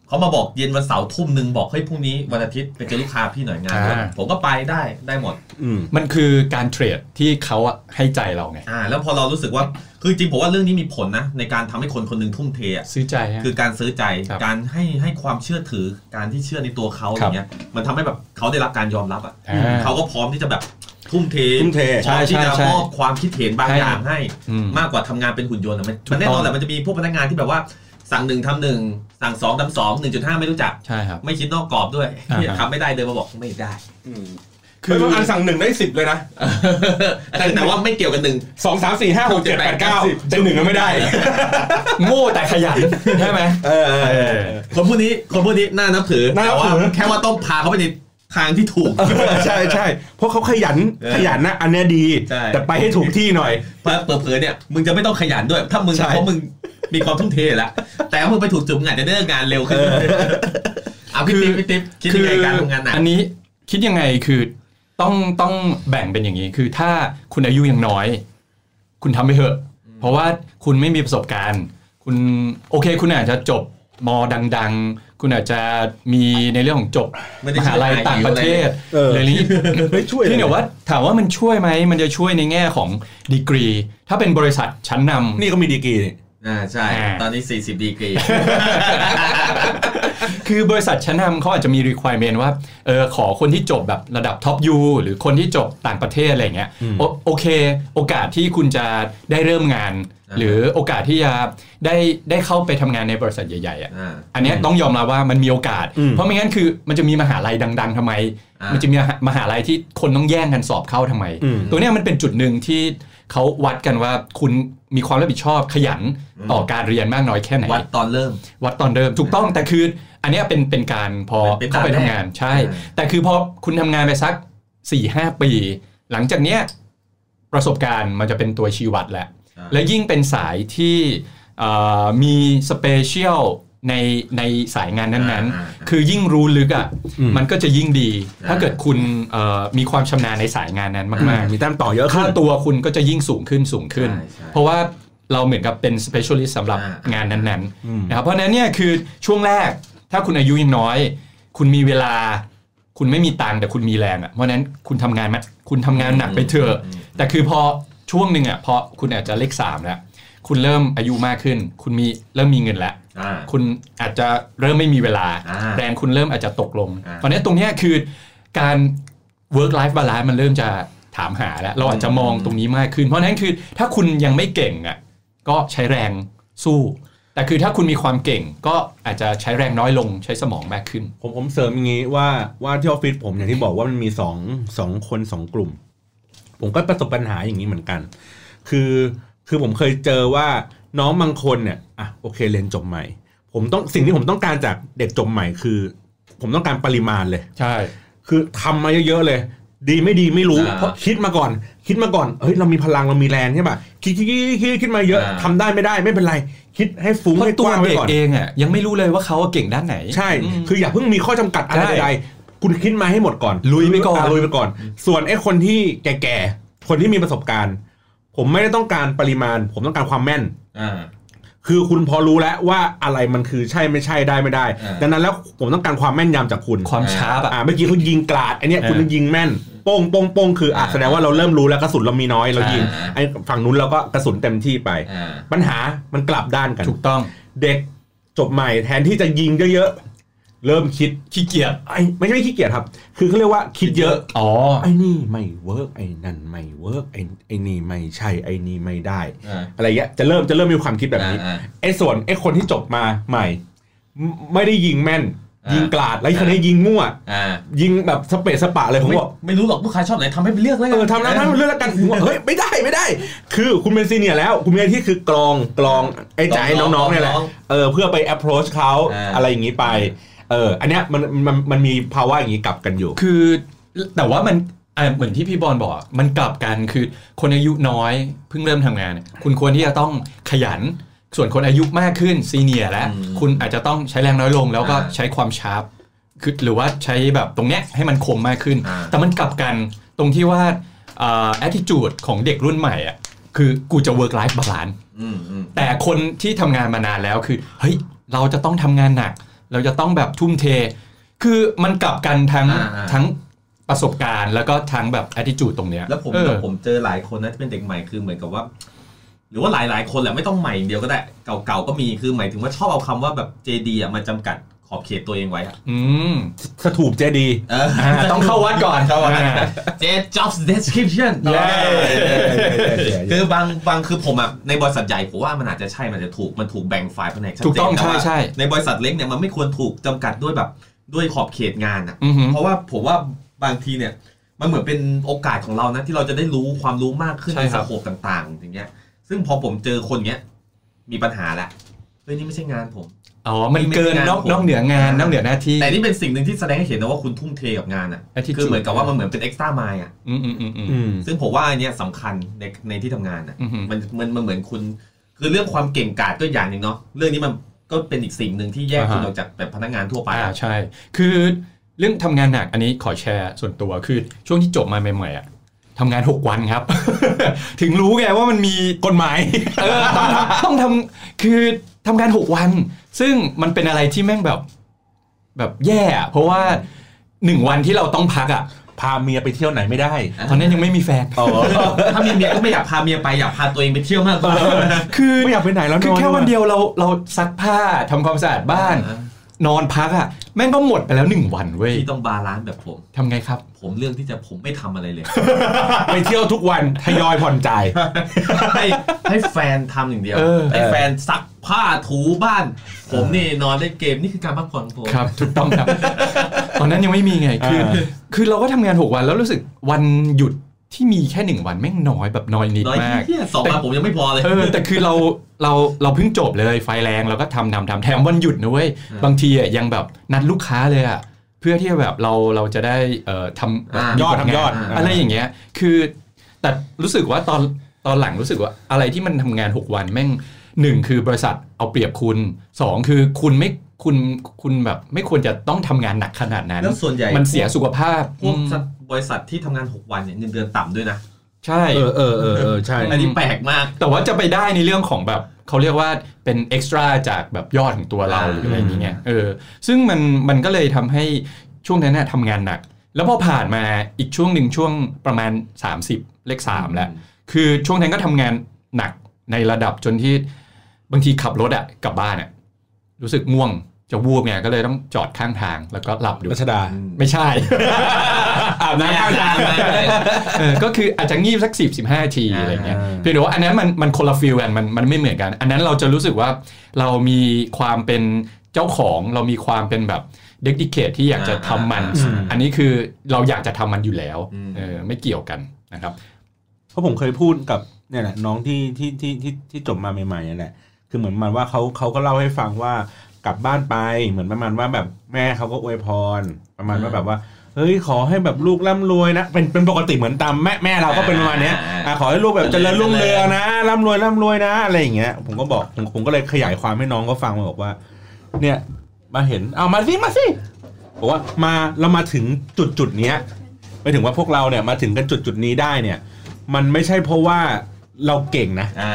เขามาบอกเย็นวันเสาร์ทุ่มหนึ่งบอกเฮ้ยพรุ่งนี้วันอาทิตย์ไปเจอลูกค้าพี่หน่อยงานด้วย อ่า ผมก็ไปได้ได้หมด อืม มันคือการเทรดที่เขาอะให้ใจเราไง อ่าแล้วพอเรารู้สึกว่าคือจริงผมว่าเรื่องนี้มีผลนะ ในการทำให้คนคนหนึงทุ่มเทอะ ซื้อใจฮะ คือการซื้อใจ ครับ การให้ให้ความเชื่อถือการที่เชื่อในตัวเขาอ ครับ ย่างเงี้ยมันทำให้แบบเขาได้รับการยอมรับอะ อ่า เขาก็พร้อมที่จะแบบทุ่มเท ทุ่มเท พร้อมที่จะ ใช่ใช่ใช่ มอบความคิดเห็นบาง ให้ อย่างให้ อืม มากกว่าทำงานเป็นหุ่นยนต์อะมัน ถูก มันแน่น ต้ออนง แหละมันจะมีพวกพนักงานที่แบบว่า สั่งหนึ่งทำหนึ่งสั่งสองทำสองหนึ่งจุดห้าไม่รู้จัก ใช่ครับ ไม่คิดนอกกรอบด้วย อ่าฮะ ทำไม่ได้เลยมาบอกไม่ได้ คืออันสั่งหนึ่งได้สิบเลยนะ แต่แต่ว่าไม่เกี่ยวกันหนึ่ง สองสามสี่ห้าหกเจ็ดแปดเก้าแต่หนึ่งก็ไม่ได้ โง่แต่ขยันใช่ไหม เออเออเออ คนพวกนี้คนพวกนี้น่านับถือ น่านั แต่ บ ว่า ถือ แค่ว่าต้องพาเขาไปในทางที่ถูก ใช่ใช่ เพราะเขาขยัน เออ ขยันนะอันเนี้ยดี ใช่ แต่ไปให้ถูกที่หน่อย เพราะเผลอๆเนี่ย มึงจะไม่ต้องขยันด้วย ถ้ามึง ใช่ เพราะมึงมีความทุ่มเทอยู่แล้ว แต่ว่ามึงไปถูกจุ่มงานจะได้งานเร็วขึ้นเอาพี่ติ๊บพี่ติ๊บคิดยังไงการทำงานหนัก อันนี้คิดยังไงคือต้องต้องแบ่งเป็นอย่างนี้ คือถ้าคุณอายุยังน้อย คุณทำไปเถอะ เพราะว่าคุณไม่มีประสบการณ์ คุณโอเค คุณอาจจะจบมดัง ๆ คุณอาจจะมีในเรื่องของจบมหาลัยต่างประเทศ เออ หรืออะไรนี้ ไม่ช่วย เพียงแต่ว่าถามว่ามันช่วยไหมมันจะช่วยในแง่ของดีกรี ถ้าเป็นบริษัทชั้นนำ นี่ก็มีดีกรีนี่ อ่าใช่ อ่า ตอนนี้ 40 ดีกรี คือบริษัทชั้นนำเขาอาจจะมี requirement ว่าเออขอคนที่จบแบบระดับท็อปยูหรือคนที่จบต่างประเทศอะไรอย่างเงี้ยโอโอเค โอกาสที่คุณจะได้เริ่มงาน อ่า หรือโอกาสที่จะได้ได้เข้าไปทำงานในบริษัทใหญ่ๆอ่ะ อ่า อันเนี้ยต้องยอมรับว่ามันมีโอกาส อืม เพราะไม่งั้นคือมันจะมีมหาลัยดัง ๆทำไม อ่ามั มันจะมีมหาลัยที่คนต้องแย่งกันสอบเข้าทำไม อืม ตัวเนี้ยมันเป็นจุดหนึ่งที่เขาวัดกันว่าคุณมีความรับผิดชอบขยันต่อการเรียนมากน้อยแค่ไหน วัดตอนเริ่ม วัดตอนเริ่มถูกต้องแต่คืออันเนี้ยเป็นเป็นการพอ เป็น เข้าไป ด่าทำนแรก งานใช่ อ่า แต่คือพอคุณทำงานไปสัก4ี่หปี หลังจากเนี้ยประสบการณ์มันจะเป็นตัวชี้วัดแหละ และยิ่งเป็นสายที่เอ่อมีสเปเชียลในในสายงานนั้น อ่า ๆ คือยิ่งรู้ลึกอ่ะ อืม มันก็จะยิ่งดี อ่า ถ้าเกิดคุณเอ่อมีความชำนาญในสายงานนั้นมากๆ มีแต้มต่อเยอะขึ้ ค่าน ตัวคุณก็จะยิ่งสูงขึ้นสูงขึ้น ใช่ใช่ เพราะว่าเราเหมือนกับเป็น specialist สำหรับ อ่าง งานนั้น อืม ๆนะครับเพราะฉะนั้นเนี่ยคือช่วงแรกถ้าคุณอายุยังน้อย คุณมีเวลา คุณไม่มีตังค์แต่คุณมีแรงอ่ะเพราะฉะนั้นคุณทำงานมาคุณทำงานหนักไปเถอะแต่คือพอช่วงหนึ่งอ่ะพอคุณอาจจะเลขสามแล้วคุณเริ่มอายุมากขึ้น คุณมีเริ่มมีเงินแล้ว อ่า คุณอาจจะเริ่มไม่มีเวลา อ่า แรงคุณเริ่มอาจจะตกลง อ่า เพราะฉะนั้นตรงเนี้ยคือการ work life balance มันเริ่มจะถามหาแล้ว เราอาจจะมอง อืม ตรงนี้มากขึ้น เพราะฉะนั้นคือถ้าคุณยังไม่เก่งอ่ะก็ใช้แรงสู้ แต่คือถ้าคุณมีความเก่งก็อาจจะใช้แรงน้อยลงใช้สมองมากขึ้น ผมผมเสริมอย่างนี้ว่าว่าที่ออฟฟิศผมอย่างที่บอกว่ามันมีสองสองคนสองกลุ่ม ผมก็ประสบปัญหาอย่างนี้เหมือนกัน คือคือผมเคยเจอว่าน้องบางคนเนี่ยอ่ะโอเคเรียนจบใหม่ ผมต้องสิ่งที่ผมต้องการจากเด็กจบใหม่คือ ผมต้องการปริมาณเลย ใช่ คือทำมาเยอะๆเลย ดีไม่ดีไม่รู้ อ่า เพราะคิดมาก่อน คิดมาก่อนเฮ้ยเรามีพลังเรามีแรงใช่ป่ะคิดคิดคิดคิดคิดมาเยอะ อ่า ทำได้ไม่ได้ไม่เป็นไร คิดให้ฟุ้ง เพราะ ให้ ตั ก ว ว้างไว้ เด็ก ก่อน เองอ่ะยังไม่รู้เลยว่าเขาเก่งด้านไหน ใช่ คืออย่าเพิ่งมีข้อจำกัดอะไร ใช่ ใดๆคุณคิดมาให้หมดก่อน ลุยไปก่อน ะลุยไปก่อน ส่วนไอ้คนที่แก่ๆ คนที่มีประสบการณ์ ผมไม่ได้ต้องการปริมาณ ผมต้องการความแม่น อ่า คือคุณพอรู้แล้วว่าอะไรมันคือใช่ไม่ใช่ได้ไม่ได้ อ่า ดังนั้นแล้วผมต้องการความแม่นยำจากคุณ ความช้าแบบ อ่าเมื่อกี้เขายิงกลาดไอันนี้ย เออ คุณยิงแม่นโป้งโป้งโป้งคืออ่ะ อ่า แสดงว่าเราเริ่มรู้แล้วกระสุนเรามีน้อยเรายิง อ่า ไอ้ฝั่งนู้นเราก็กระสุนเต็มที่ไป อ่า ปัญหามันกลับด้านกัน ถูกต้อง เด็กจบใหม่แทนที่จะยิงเยอะๆเริ่มคิด ขี้เกียจ ไอ้ไม่ใช่ไม่ขี้เกียจครับ คือเขาเรียกว่าคิดเยอะ อ๋อ ไอ้นี่ไม่เวิร์กไอ้นั่นไม่เวิร์กไอ้ไอ้นี่ไม่ใช่ไอ้นี่ไม่ได้ อ่า อะไรเงี้ยจะเริ่มจะเริ่มมีความคิดแบบนี้ อ่า ไอ้ส่วนไอ้คนที่จบมาใหม่ไม่ไม่ได้ยิงแม่น อ่ายิ ยิงกลาดแล้วคนนี้ยิงมั่ว อ่า ยิงแบบสเปะสปะเลยผม ไม่ บอก ไม่รู้หรอกลูกค้าชอบไหนทำให้ไปเลือกแล้วกั เออทำแล้วทำเรื่องละกันผมบอกเฮ้ยไม่ได้ไม่ได้ คือคุณเป็นซีเนียร์แล้ว คุณมีหน้าที่คือกรองกรองไอ้จ่ายน้องๆเนี่ยแหละ อง เออเพื่อไป approach เขา อ่า อะไรอย่างนี้ไปเอออันเนี้ยมันมันมันมีภาวะอย่างนี้กลับกันอยู่ คือแต่ว่ามันอ่ะเหมือนที่พี่บอลบอกอะมันกลับกันคือคนอายุน้อยเพิ่งเริ่มทำงานเนี่ยคุณควรที่จะต้องขยัน ส่วนคนอายุมากขึ้นซีเนียแล้ว อืม คุณอาจจะต้องใช้แรงน้อยลงแล้วก็ อ่า ใช้ความชาร์ปคือหรือว่าใช้แบบตรงเนี้ยให้มันคมมากขึ้น อ่า แต่มันกลับกันตรงที่ว่าแอ t i t u d e ของเด็กรุ่นใหม่อ่ะคือกูจะ work life balance อืมอืม แต่คนที่ทำงานมานานแล้วคือเฮ้ยเราจะต้องทำงานหนัก เราจะต้องแบบทุ่มเท คือมันกลับกันทั้ง อ่าอ่า ทั้งประสบการณ์ แล้วก็ทั้งแบบ attitude ตรงเนี้ย แล้วผม เออ กับผมเจอหลายคนนะที่เป็นเด็กใหม่คือเหมือนกับว่า หรือว่าหลาย ๆ คนแหละไม่ต้องใหม่อย่างเดียวก็ได้ เก่าๆก็มีคือหมายถึงว่าชอบเอาคำว่าแบบ JD อ่ะมาจำกัดขอบเขตตัวเองไว้อะ อืม สถูปเจดีย์ เออ อ่าต้องเข้าวัดก่อนเข้าวัด เจ jobs description เย้ คือบางบางคือผมอะในบริษัทใหญ่ผมว่ามันอาจจะใช่มันอาจจะถูกมันถูกแบ่งฝ่ายแผนกชัด ถูก เจ ต้อง นแต่ว่า ใช่ใช่ ในบริษัทเล็กเนี่ยมันไม่ควรถูกจำกัดด้วยแบบด้วยขอบเขตงานอะ อือหือ เพราะว่าผมว่าบางทีเนี่ย มันเหมือนเป็นโอกาสของเรานะ ที่เราจะได้รู้ความรู้มากขึ้น ใช่ ใน ครั ส บ โคปต่างๆ อย่างเงี้ย ซึ่งพอผมเจอคนเงี้ย มีปัญหาละเฮ้ยนี่ไม่ใช่งานผม อ๋อ มันเกินนอก ไม่มีนงานอกเหนืองานนอกเหนือหน้าที่ แต่นี่เป็นสิ่งหนึ่งที่แสดงให้เห็นนะว่าคุณทุ่มเทกับงานอ่ะ Attitude คือเหมือนกับว่ามันเหมือนเป็นเอ็กซ์ต้าไมล์อ่ะ อืมอืมอืมอืม อืม ซึ่งผมว่าอันเนี้ยสำคัญในในที่ทำงานอ่ะ อือหือ มันมันมันเหมือนคุณ คือเรื่องความเก่งกาจก็อย่างหนึ่งเนาะเรื่องนี้มันก็เป็นอีกสิ่งหนึ่งที่แยกคุณออกจากแบบพนักงานทั่วไป อ่า อะ ใช่ คือเรื่องทำงานหนักอันนี้ขอแชร์ส่วนตัวคือช่วงที่จบมาใหม่ๆอ่ะทำงาน 6 วันครับ ถึงรู้ไงว่ามันมีกฎหมาย ต้องทำต้องทำคือทำงาน 6 วัน ซึ่งมันเป็นอะไรที่แม่งแบบแบบแย่อะเพราะว่า 1 วันที่เราต้องพักอ่ะ พาเมียไปเที่ยวไหนไม่ได้ ตอนนั้นยังไม่มีแฟน ถ้ามีเมียก็ไม่อยากพาเมียไปอยากพาตัวเองไปเที่ยวมากกว่า คือ ไม่อยากไปไหนแล้ว คือแค่ นอน วันเดียวเราเราซักผ้าทำความสะอาดบ้าน อ่า นอนพักอ่ะแม่งก็หมดไปแล้วหนึ่งวันเว้ย พี่ต้องบาลานซ์แบบผม ทำไงครับ ผมเรื่องที่จะผมไม่ทำอะไรเลย ไปเที่ยวทุกวันทยอยผ่อนจ่าย ให้ให้แฟนทำอย่างเดียว เออ ให้แฟนซักผ้าถูบ้าน ผมนี่นอนเล่นเกมนี่คือการพักผ่อนของผม ครับถูกต้องครับ ตอนนั้นยังไม่มีไงคือ อ่า คือเราก็ทำงานหกวันแล้วรู้สึกวันหยุดที่มีแค่หนึ่งวันแม่งน้อยแบบน้อยนิด น้อย มาก เที่ยสองวันผมยังไม่พอเลย เออแต่คือเราเราเราเพิ่งจบเลยไฟแรงเราก็ทำทำทำแถมวันหยุดนะเว้ย อ่า บางทีอ่ะยังแบบนัดลูกค้าเลยอ่ะเพื่อที่จะแบบเราเราจะได้เอ่อท อ่า ำ ย อด ผล ทำยอด งาน อ่า อะไรอย่างเงี้ยคือ แต่รู้สึกว่าตอนตอนหลังรู้สึกว่าอะไรที่มันทำงาน 6 วันแม่งหนึ่งคือบริษัทเอาเปรียบคุณสองคือคุณไม่คุณคุณแบบไม่ควรจะต้องทำงานหนักขนาดนั้น แล้วส่วนใหญ่ มันเสียสุขภาพ พวก อืม บริษัทที่ทำงาน 6 วันเนี่ยเงินเดือนต่ำด้วยนะ ใช่ เออเออเออเออใช่ อันนี้แปลกมาก แต่ว่าจะไปได้ในเรื่องของแบบเขาเรียกว่าเป็นเอ็กซ์ตร้าจากแบบยอดของตัวเรา อ่า หรืออะไรอย่างเงี้ยเออซึ่งมันมันก็เลยทำให้ช่วงนั้นน่ะทำงานหนัก แล้วพอผ่านมาอีกช่วงหนึ่งช่วงประมาณ 30 เลข3แล้ว คือช่วงนั้นก็ทำงานหนักในระดับจนที่บางทีขับรถอะกลับบ้านอะรู้สึกง่วงจะวูบไงก็เลยต้องจอดข้างทางแล้วก็หลับดู รัชดา ไม่ใช่ อาบ ไม่ น้ำข้างทาง ทำเลย เออก็คืออาจจะงีบสักสิบสิบห้าที อ่า อะไรเงี้ยเพียงแต่ว่าอันนั้นมันมันคนละฟิลกันมันมันไม่เหมือนกัน อันนั้นเราจะรู้สึกว่าเรามีความเป็นเจ้าของเรามีความเป็นแบบเด็กดิเคทที่อยากจะทำมัน อ่า อันนี้คือเราอยากจะทำมันอยู่แล้ว อืม เออไม่เกี่ยวกันนะครับ เพราะผมเคยพูดกับเนี่ยแหละน้องที่ที่ที่ที่ที่จบมาใหม่ๆเนี่ยแหละคือเหมือนประมันว่าเขาเขาก็เล่าให้ฟังว่ากลับบ้านไปเหมือนประมาณว่าแบบแม่เขาก็อวยพร ประมาณว่าแบบว่าเฮ้ยขอให้แบบลูกร่ำรวยนะเป็นเป็นปกติเหมือนตามแม่แม่เราก็เป็นประมาณเนี้ยอ่ะขอให้ลูกแบบเจริญรุ่งเรืองนะร่ำรวยร่ำรวยนะอะไรอย่างเงี้ยผมก็บอกผมผมก็เลยขยายความให้น้องก็ฟังมาบอกว่า เนี่ยมาเห็นเอามาสิมาสิบอกว่ามาเรามาถึงจุดจุดๆเนี้ยไปถึงว่าพวกเราเนี่ยมาถึงกันจุดจุดๆนี้ได้เนี่ย มันไม่ใช่เพราะว่าเราเก่งนะ อ่า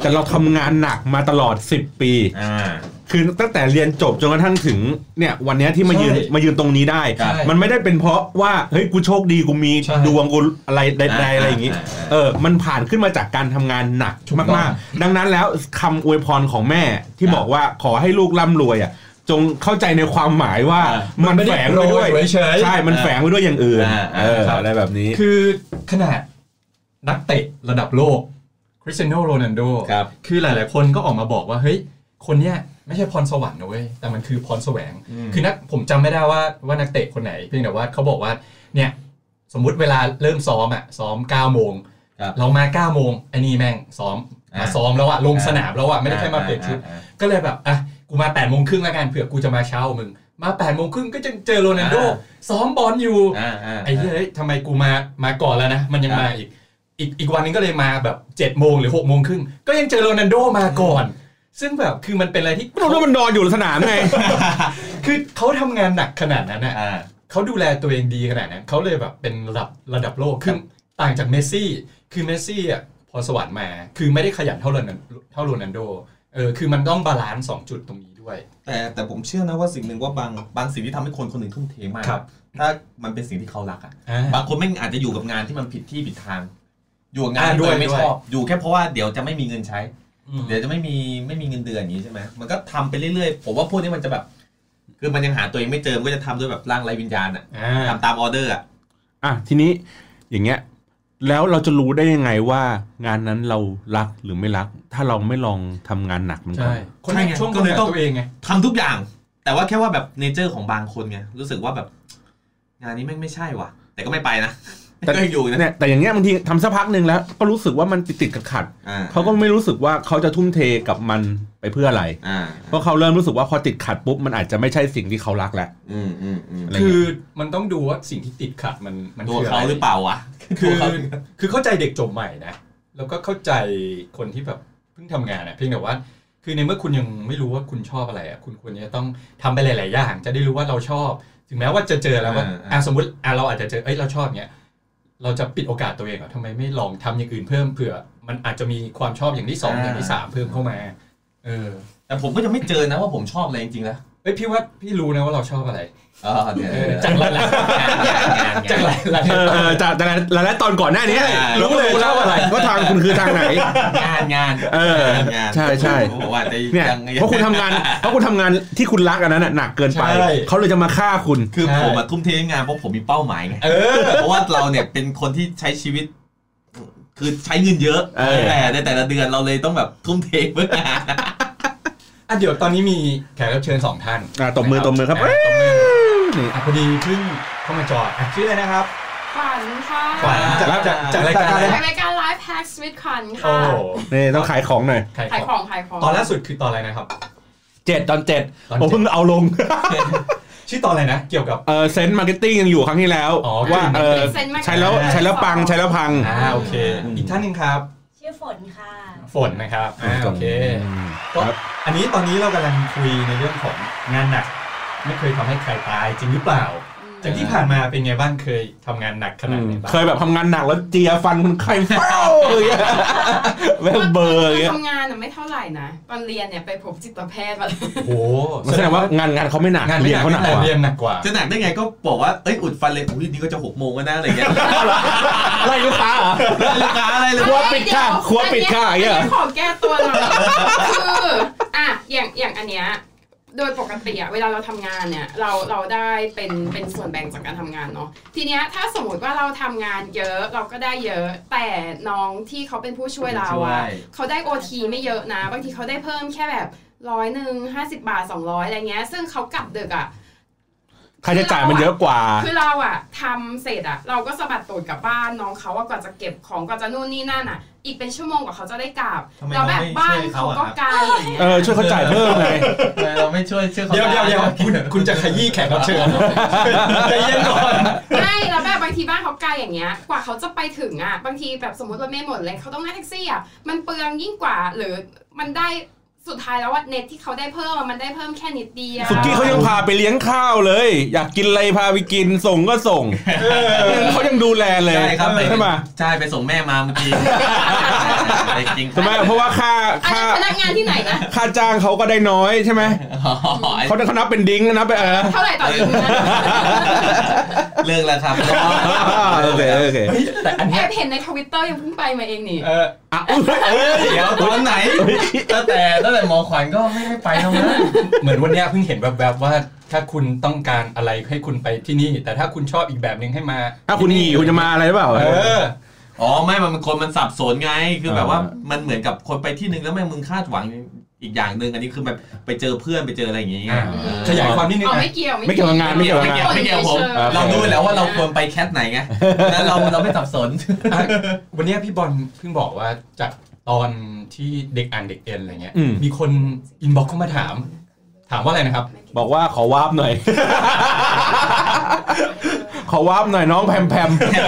แต่เราทำงานหนักมาตลอด 10 ปี อ่า คือตั้งแต่เรียนจบจนกระทั่งถึงเนี่ยวันเนี้ยที่มายืน ใช่ มายืนตรงนี้ได้ ใช่ มันไม่ได้เป็นเพราะว่าเฮ้ยกูโชคดีกูมี ใช่ ดวงกูอะไรใดๆอะไรอย่างงี้ อ่าอ่า เออมันผ่านขึ้นมาจากการทำงานหนักมากๆ ดังนั้นแล้วคำอวยพรของแม่ที่บอกว่าขอให้ลูกร่ำรวยอ่ะจงเข้าใจในความหมายว่ามันแฝงไปด้วย เฉย ใช่มันแฝงไปด้วยอย่างอื่น อ่าอ่า เอออะไรแบบนี้ คือขนาดนักเตะระดับโลกคริสเตียโนโรนัลโด ครับ คือหลาย ๆ คนก็ออกมาบอกว่าเฮ้ยคนเนี้ยไม่ใช่พรสวรรค์นะเว้ยแต่มันคือพรแสวง คือนักผมจำไม่ได้ว่าว่านักเตะคนไหนเพียงแต่ว่าเขาบอกว่าเนี่ยสมมุติเวลาเริ่มซ้อมอ่ะซ้อม9โมง ครับ เรามา9โมงไอ้นี่แม่งซ้อม อ่าม มาซ้อมแล้วอ่ะลง อ่า สนามแล้วอ่ะไม่ได้แค่มาเปลี่ยนชุด ก็เลยแบบอ่ะกูมา8ปดโมงครึ่งแล้วกันเผื่อกูจะมาเช้ากว่ามึง มา8ปดโมงครึ่งก็จะเจอโรนัลโดซ้อมบอลอยู่ อ่าอ่า ไอ้เหี้ยเฮ้ยทำไมกูมามาก่อนแล้วนะ มันยังมาอีก อีกอีกวันนึงก็เลยมาแบบ7จ็ดโมงหรือ6กโมงครึ่งก็ยังเจอโรนัลโดมาก่อน ซึ่งแบบคือมันเป็นอะไรที่ โรนัลโดมันนอนอยู่สนามไง คือเขาทำงานหนักขนาดนั้นอ่ะ อ่า เขาดูแลตัวเองดีขนาดนั้นเขาเลยแบบเป็นระดับระดับโลกคือต่างจากเมสซี่ คือเมสซี่อ่ะพอสวรรค์มา คือไม่ได้ขยันเท่าโรนัลเท่าโรนัลโด เออ คือมันต้องบาลานซ์สองจุดตรงนี้ด้วย แต่แต่ผมเชื่อนะว่าสิ่งหนึ่งว่าบางบางสิ่งที่ทำให้คนคนหนึ่งทุ่มเทมาก ครับ ถ้ามันเป็นสิ่งที่เขารักอะ อ่า บางคนไม่งอาจจะอยู่กับงานที่มันผิดที่ผิดทาง อยู่กับงาน อ่าด้ที่ตัว วย เองไม่ ด้วย ชอบอยู่แค่เพราะว่าเดี๋ยวจะไม่มีเงินใช้ อืม เดี๋ยวจะไม่มีไม่มีเงินเดือนอย่างนี้ใช่ไหมมันก็ทำไปเรื่อยๆ ผมว่าพวกนี้มันจะแบบ คือมันยังหาตัวเองไม่เจอมันก็จะทำด้วยแบบร่างไรวิญญาณอะ อ่า ทำตามออเดอร์อะ อ่ะทีนี้อย่างเงี้ยแล้วเราจะรู้ได้ยังไงว่างานนั้นเรารักหรือไม่รัก ถ้าเราไม่ลองทำงานหนักมันก่อ ใช่ น คนในช่วงก็เลยต้องตัวเองไง ทำทุกอย่าง แต่ว่าแค่ว่าแบบเนเจอร์ของบางคนไงรู้สึกว่าแบบ งานนี้แม่งไม่ใช่ว่ะ แต่ แต่ก็ไม่ไปนะ แต่ ก็ยังอยู่นะ เนี่ยแต่อย่างเงี้ยบางทีทำสักพักหนึ่งแล้ว ก็รู้สึกว่ามันติดติดขัดขัด อ่ ๆเขาก็ไม่รู้สึกว่าเขาจะทุ่มเทกับมันไปเพื่ออะไร อ่า เพราะเขาเริ่มรู้สึกว่าพอติดขัดปุ๊บมันอาจจะไม่ใช่สิ่งที่เขารักแล้ว อืมอืมอืม อะไรเงี้ย คือมันต้องดูว่าสิ่งที่ติดขัดมันมัน ตัว คืะ เขา ไ หรือเปล่าวะ คือ ตัวเขา คือเข้าใจเด็กจบใหม่นะแล้วก็เข้าใจคนที่แบบเพิ่งทำงานอะเพียงแต่ว่า คือในเมื่อคุณยังไม่รู้ว่าคุณชอบอะไรอะคุณควรจะต้องทำไปหลาย ๆ อย่าง จะได้รู้ว่าเราชอบ ถึงแม้ว่าจะเจอแล้วว่าอ่ะสมมติอ่ะเราอาจจะเจอเอ้ยเราชอบเนี้ยเราจะปิดโอกาสตัวเองเหรอทำไมไม่ลองทำอย่างอื่นเพิ่มเผื่อ มันอาจจะมีความชอบอย่างที่สองอย่างที่สามเพิ่มเข้ามา เออ แต่ผมก็จะไม่เจอนะว่าผมชอบอะไรจริงๆนะ เอ้ยพี่ว่าพี่รู้นะว่าเราชอบอะไร เออเดี๋ยว เออจากหลาย งานงานงาน ๆจากหลายๆ เออเออจากจากหลายๆตอนก่อนหน้านี้ ใช่ รู้เลย ชอบอะไร ว่าทางคุณคือทางไหน งานงาน เออ งาน ใช่ใช่ ผมว่าจะ เนี่ย ยังไง เพราะคุณทำงานเพราะคุณทำงานที่คุณรักอันนั้นนะหนักเกินไป ใช่ เขาเลยจะมาฆ่าคุณ คือ ใช่ ผมมาทุ่มเทให้งานเพราะผมมีเป้าหมายไง เออ เพราะว่าเราเนี่ยเป็นคนที่ใช้ชีวิต คือใช้เงินเยอะ เออ แต่ในแต่ละเดือนเราเลยต้องแบบทุ่มเทเพื่องาน อ่ะเดี๋ยวตอนนี้มีแขกรับเชิญสองท่าน อ่ะตบมือตบมือครับ ะ เอ้ย ตบมือ นี่ อ่ะพอดีเพิ่งเข้ามาจอดอ่ะชื่ออะไรนะครับ ขวัญค่ะ ขวัญจาก ครับ จากจากรายการ จากรายการ อะไร รายการ Life Hacks with ขวัญ โอ้ ค่ะ โห นี่ต้องขายของหน่อย ขาย ขาย ข ข อง องขายของ ตอนล่าสุดคือตอนอะไร นะครับ เจ็ดตอนเจ็ด ตอน ผม เจ็ เพิ่ ด งเอาล ง ชื่อตอนอะไรนะ เกี่ยวกับ เออเซนต์มาร์เก็ตติ้งยังอยู่ครั้งที่แล้ว อ๋อ ว่าเออ เซ็นมา ใช้แล้ว อ่า ใช้แล้วปังใช้แล้วพัง อ่าโอเค อืม อีกท่านหนึ่งครับ ชื่อฝนค่ะ ฝนนะครับอ่าโอเค ม ก็ ครับ อันนี้ตอนนี้เรากำลังคุยในเรื่องของงานหนัก ไม่เคยทำให้ใครตายจริงหรือเปล่า จากที่ผ่านมาเป็นไงบ้างเคยทำงานหนักขนาดไหนบ้าง เคยแบบทำงานหนักแล้วเจียฟันคนไข้เป้า อย่างเงี้ยแม่งเบลอร์อย่าง ต เงี้ยนทำงานน่ะไม่เท่าไหร่นะ ตอนเรียนเนี่ยไปพบจิตแพทย์มา โอ้โห มันแสดงว่างานงานเขาไม่หนัก งาน เรี เรี ย ย น น เขา เขาหหนั นักกก กว่า ว่า เรียนหนักกว่า จะหนักได้ไงก็บอกว่าเอ้ยอุดฟันเลยอุ้ยนี่ก็จะหกโมงแล้วนะอะไรเงี้ย ไล่ลูกค้าเหรอ ลูกค้าอะไรเลย ครัวปิด ค่ะ เย ครัวปิดค่ะ อัน อย่างเงี้ยเนี้อันนี้ขอแก้ตัวหน่อย คืออ่ะอย่างอย่างอันเนี้ยโดยปกติอะเวลาเราทำงานเนี่ยเราเราได้เป็นเป็นส่วนแบ่งจากการทำงานเนาะทีเนี้ยถ้าสมมติว่าเราทำงานเยอะเราก็ได้เยอะ แต่น้องที่เขาเป็นผู้ช่วยเรา ช่ว อะ ย เขาได้โอทีไม่เยอะนะ บางทีเขาได้เพิ่มแค่แบบร้อยหนึ่งห้าสิบาทสองร้อยอะไรเงี้ย ซึ่งเขากลับดึกอ่ะ ค่าใช้จ่ายมันเยอะกว่า คือเราอ่ะทำเสร็จอ่ะ เราก็สะบัดตูดกลับบ้านน้องเขาอ่ะกว่าจะเก็บของกว่าจะนู่นนี่นั่นอ่ะ อีกเป็นชั่วโมงกว่าเขาจะได้กลับ ทำไม แล้วแบเราบไม่ บ้าน ช่วย เขา เขาอะ ก็ไกลอย่างเงี้ย เออช่วยเขาจ่ายเพิ่มไง เราไม่ช่วยเชื่อเขา เดี๋ยวเดี๋ยวเดี๋ยวคุณคุณจะขยี้แขกรับเชิญ เหรอใจเย็นก่อน ใช่แล้วแบบบางทีบ้านเขาไกลอย่างเงี้ย กว่าเขาจะไปถึงอ่ะ บางทีแบบสมมติรถเมล์หมดเลยเขาต้องนั่งแท็กซี่อ่ะ มันเปลืองยิ่งกว่า หรือมันได้สุดท้ายแล้วว่าเน็ตที่เขาได้เพิ่มอะมันได้เพิ่มแค่นิดเดียว สุกี้เขายังพาไปเลี้ยงข้าวเลย อยากกินอะไรพาไปกินส่งก็ส่งเขายังดูแลเลย ใช่ครับ ใช่ไหม ใช่ไปส่งแม่มาเมื่อกี้ไปกิน ใช่ไหมเพราะว่าค่า อัน ค่า นั้นพนักงานที่ไหนนะ ค่าจ้างเขาก็ได้น้อยใช่ไหม อ๋อไอ้ เขาเขานับเป็นดิ้งนะไปเออ เท่าไหร่ต่อเดือนนะ เลิกแล้ว ครับ โอเคโอเค แต่อัน แอ เนี้ย บเห็นในทวิตเตอร์ยังเพิ่งไปมาเองนี่ เออ อ่ะ อุ๊ยเอ้ย เดี๋ยวตอนไหนตั้งแต่ตั้งแต่หมอขวัญก็ไม่ได้ไปแล้วนะ เหมือนวันเนี้ยเพิ่งเห็นแวบๆว่าถ้าคุณต้องการอะไรให้คุณไปที่นี่ แต่ถ้าคุณชอบอีกแบบหนึ่งให้มา อ่ะคุณหนีคุณจะมาอะไรหรือเปล่า เออ อ๋อไม่มันคนมันสับสนไงคือแบบว่า อ่ มันเหมือนกับคนไปที่หนึ่งแล้วแม่งมึงคาดหวังอีกอย่างหนึ่งอันนี้คือแบบไปเจอเพื่อนไปเจออะไรอย่างเงี้ย อ่า เออ ขยายความนิดนึง อ๋อ อ่ะ ไม่เกี่ยว ไม่เกี่ยวกับงานไม่เกี่ยวกับ ไม่ งาน เกี่ยวไม่เกี่ยวผม ออ เราดูแล้วว่าเราควรไปแคทไหน ไงแล้วเราเราไม่สับสน อ่ะวันเนี้ยพี่บอลเพิ่งบอกว่าจากตอนที่เด็กอ่านเด็กเอ็นอะไรเงี้ย อืม มีคนอินบ็อกเข้ามาถาม ถามว่าอะไรนะครับ บอกว่าขอวาร์ปหน่อย ขอวาร์ปหน่อยน้องแพมแพ ม เฮ้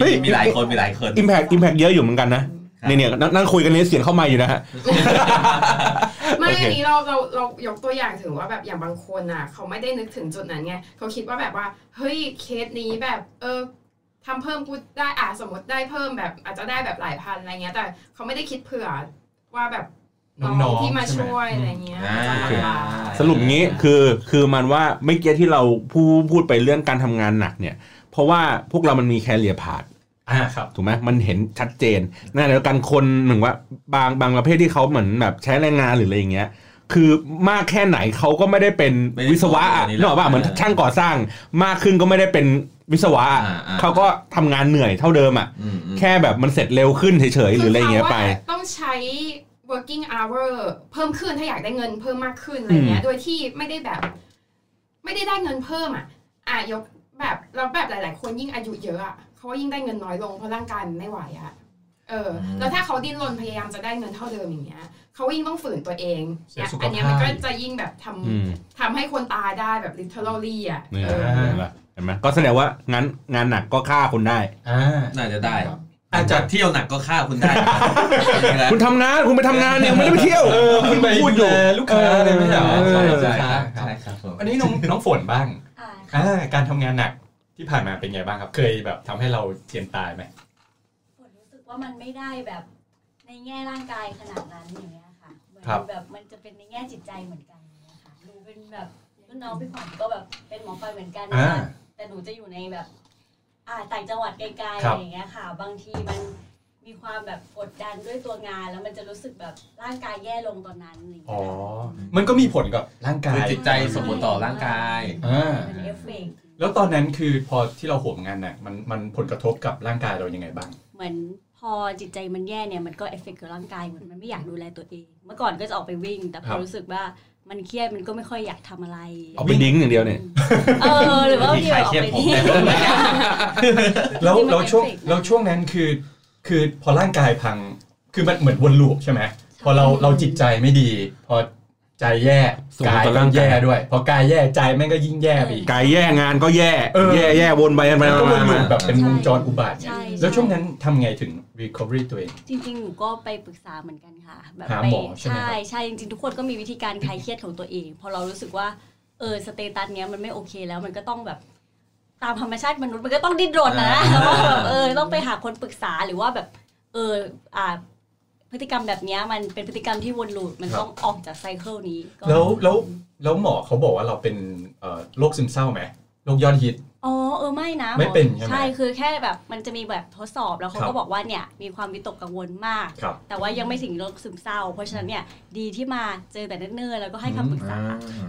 มี ย มีหลายคนมีหลายคน อิมแพกอิมแพกเยอะอยู่เหมือนกันนะเนี่ยเนี่ยนั่งนั่งคุยกันนี้เสียงเข้าไมาอยู่นะฮะ ไม่ โอเค อันนี้เราเราเรายกตัวอย่างถึงว่าแบบอย่างบางคนอ่ะ เขาไม่ได้นึกถึงจุดนั้นไงเขาคิดว่าแบบว่า เฮ้ยเคสนี้แบบเออทำเพิ่มกูได้อ่ะสมมติได้เพิ่มแบบอาจจะได้แบบหลายพันอะไรเงี้ย แต่เขาไม่ได้คิดเผื่อว่าแบบ น้ น้ อ องง ๆ ที่มา ใช่ไหม ช่วยอะไรเงี้ย อ่า จะลำบาก สรุปงี้คือคือมันว่าไม่เกี้ที่เราพูดพูดไปเรื่องการทำงานหนักเนี่ย เพราะว่าพวกเรามันมีแคเรียพาด อ่าครับ ถูกไหมมันเห็นชัดเจนนั่นแหละการคนหนึ่งว่าบางบางประเภทที่เขาเหมือนแบบใช้แรงงานหรืออะไรอย่างเงี้ย คือมากแค่ไหนเขาก็ไม่ได้เป็นวิศวะอะนึกออกป่ะเหมือนช่างก่อสร้าง มากขึ้นก็ไม่ได้เป็นวิศวะอะ อ่อ่ เขาก็ทำงานเหนื่อยเท่าเดิมอ่ะ อืมอืม แค่แบบมันเสร็จเร็วขึ้นเฉยๆหรืออะไรอย่างเงี้ยไป คือขาว่าต้องใช้ working hour เพิ่มขึ้นถ้าอยากได้เงินเพิ่มมากขึ้นอะไรเงี้ย โดยที่ไม่ได้แบบ ไม่ได้ได้เงินเพิ่มอ่ะ อ่ะยก แบบเราแบบหลาย ๆ คนยิ่งอายุเยอะอ่ะเขาก็ยิ่งได้เงินน้อยลงเพราะร่างกายมันไม่ไหวอ่ะเอออ ม แล้วถ้าเขาดิ้นรนพยายามจะได้เงินเท่าเดิมอย่างเงี้ยเขายิ่งต้องฝืนตัวเอง เสีย เนี่ย สุขภาพ อันเนี้ยมันก็จะยิ่งแบบทำ อืม ทำให้คนตายได้แบบ literally อ่ะ เนี่ย เออ เห็นไหมเห็นไหมก็แสดงว่างั้นงานหนักก็ฆ่าคนได้ อ่า น่าจะได้ ครับ อาจจะเที่ยวหนักก็ฆ่าคุณ ได้นะครับ คุณทำงานคุณไปทำงานเนี่ยไม่ได้ไปเที่ยว เออคุณไป พูดอยู่ ดูแลลูกค้าอะไรไม่ใช่เหรอ เออ ใช่ ใช่ ใช่คครัรับบ ใช่ครับผม อันนี้น้องน้องฝนบ้าง อ่า อ่าการทำงานหนักที่ผ่านมาเป็นไงบ้างครับ เคยแบบทำให้เราเจียนตายไหม ฝนรู้สึกว่ามันไม่ได้แบบในแง่ร่างกายขนาดนั้นอย่างเงี้ยค่ะเหมือนแบบมันจะเป็นในแง่จิตใจเหมือนกันอย่างเงี้ยค่ะหนูเป็นแบบรุ่นน้องพี่ขวัญก็แบบเป็นหมอฟันเหมือนกันนะ อ่า คะ แต่หนูจะอยู่ในแบบ อ่าต่างจังหวัดไกลๆ ครั อะ บ ไรอย่างเงี้ยค่ะ บางทีมันมีความแบบกดดันด้วยตัวงาน แล้วมันจะรู้สึกแบบร่างกายแย่ลงตอนนั้นอะไรอย่าง อ๋ เงี้ อย ค่ะ มันก็มีผลกับร่างกา คือย จิตใจสมบูรณ์ต่อร่างกาย อ่า เป็นเอฟเฟกต์ แล้วตอนนั้นคือพอที่เราโหมงานหนักมันมันผลกระทบกับร่างกายเรายังไงบ้าง เหมือนพอจิตใจมันแย่เนี่ยมันก็เอฟเฟกต์กับร่างกายเหมือนมันไม่อยากดูแลตัวเอง เมื่อก่อนก็จะออกไปวิ่ง แต่พ ครั อบ รู้สึกว่ามันเครียดมันก็ไม่ค่อยอยากทำอะไร เอาไปดิ้งอย่างเดียวเนี่ย เออหรือว่า วิธี พี่อ ขาย อก เครียด ไป ผม ที่ แล้ว จริงๆมัน แล้วช่วง effect นะ แล้วช่วงนั้นคือ คือพอร่างกายพัง คือมันเหมือนวนลูปใช่ไหมพอเราเราจิตใจไม่ดี พอใจแย่ ส่งผล กาย ต่อ ก็ ร่างกาย แย่ด้วย พอกายแย่ใจแม่งก็ยิ่งแย่ไปอีก กายแย่งานก็แย่ เออ แย่แย่วนไปวนไป มันก็ว มาน ลู มา ปแบบเป็นวงจรอุบาทไง ใช่ใช่ แล้วช่วงนั้นทำไงถึง recovery ตัวเอง จริงๆ หนูก็ไปปรึกษาเหมือนกันค่ะ แบบ หา ไป หมอใช่ไหมครับ ใช่ใช่จริงๆ ทุกคนก็มีวิธีการคลายเครียดของตัวเอง พอเรารู้สึกว่าเออสเตตัสเนี้ยมันไม่โอเคแล้วมันก็ต้องแบบตามธรรมชาติมนุษย์มันก็ต้องดิ้นรนนะ อ่า ว่าแบบเออต้องไปหาคนปรึกษาหรือว่าแบบเอออ่าพฤติกรรมแบบเนี้ยมันเป็นพฤติกรรมที่วนลูปมันต้องออกจากไซเคิลนี้ก็ แล้วแล้วแล้วหมอเขาบอกว่าเราเป็นเอ่อโรคซึมเศร้าไหมโรคยอดฮิต อ๋อเออไม่นะ ไม่เป็นใช่ไหม ใช่คือแค่แบบมันจะมีแบบทดสอบแล้วเขา ครั ก็ บ บอกว่าเนี่ยมีความวิตกกังวลมาก ครับ แต่ว่ายังไม่ถึงโรคซึมเศร้า เพราะฉะนั้นเนี่ยดีที่มาเจอแต่เนิ่นๆแล้วก็ให้คำปรึกษา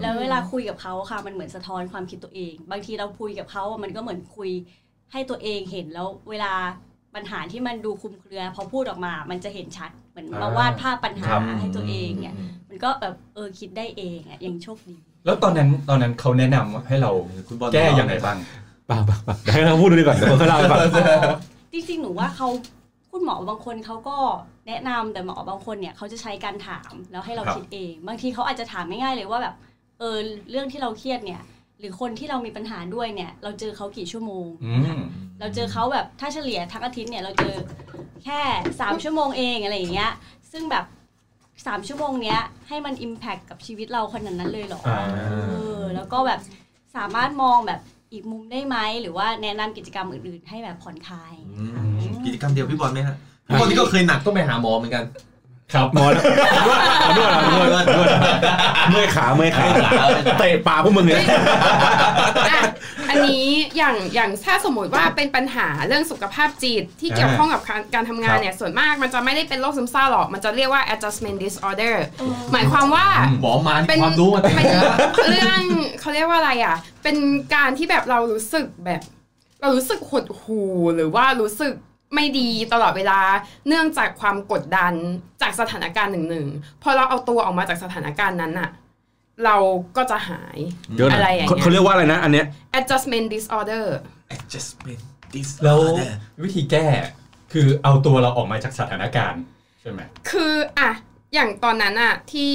แล้วเวลาคุยกับเขาค่ะมันเหมือนสะท้อนความคิดตัวเอง บางทีเราคุยกับเขาอะมันก็เหมือนคุยให้ตัวเองเห็นแล้วเวลาปัญหาที่มันดูคลุมเครือพอพูดออกมา มันจะเห็นชัดเหมือน อ่าม มาวาดภาพปัญหา ครับ ให้ตัวเองเนี่ยมันก็แบบเออคิดได้เองอ่ะยังโชคดี แล้วตอนนั้นตอนนั้นเขาแนะนำให้เรา คุณบอล แก้ยังไงบ้าง ป่าวป่าวป่าวเดี๋ยวให้เขาพูดดูดีกว่าเดี๋ยวเขาเล่าให้ฟัง จริงๆ หนูว่าเขาคุณหมอบางคนเขาก็แนะนำแต่หมอบางคนเนี่ยเขาจะใช้การถามแล้วให้เรา ครับ คิดเอง บางทีเขาอาจจะถามง่ายๆเลยว่าแบบเออเรื่องที่เราเครียดเนี่ย หรือคนที่เรามีปัญหาด้วยเนี่ย เราเจอเขากี่ชั่วโมง อืม เราเจอเขาแบบถ้าเฉลี่ยทั้งอาทิตย์เนี่ยเราเจอแค่ 3 ชั่วโมงเองอะไรอย่างเงี้ยซึ่งแบบ 3 ชั่วโมงเนี้ยให้มัน Impact กับชีวิตเราขนาดนั้นเลยเหรอ อ่า เออแล้วก็แบบสามารถมองแบบอีกมุมได้ไหมหรือว่าแนะนำกิจกรรมอื่นๆ ให้แบบผ่อนคลาย อืมกิจกรรมเดียวพี่บอลไหมฮะพี่บอลนี่ก็เคยหนักต้องไปหาหมอเหมือนกัน ครับ หมอแล้ว นวดนวดนวดนวด เมื่อยขาเมื่อยขาเตะปากพวกมึงเลย อ่ะอันนี้อย่างอย่างถ้าสมมติว่าเป็นปัญหาเรื่องสุขภาพจิตที่เกี่ยวข้องกับการการทำงานเนี่ยส่วนมากมันจะไม่ได้เป็นโรคซึมเศร้าหรอก มันจะเรียกว่า adjustment disorder หมายความว่า หมอมา เป็ นี่ น ความรู้มา เป็นเรื่องเขาเรียกว่าอะไรอ่ะ เป็นการที่แบบเรารู้สึกแบบ เรารู้สึกหดหู่หรือว่ารู้สึกไม่ดีตลอดเวลา เนื่องจากความกดดันจากสถานการณ์หนึ่งหนึ่งๆพอเราเอาตัวออกมาจากสถานการณ์นั้นอะเราก็จะหาย เดี๋ยวหน่ อะไรอย่างเงี้ย เขาเรียกว่าอะไรนะ อันเนี้ย adjustment disorder adjustment this แล้ววิธีแก้คือเอาตัวเราออกมาจากสถานการณ์ใช่ไหม คืออะอย่างตอนนั้นอะที่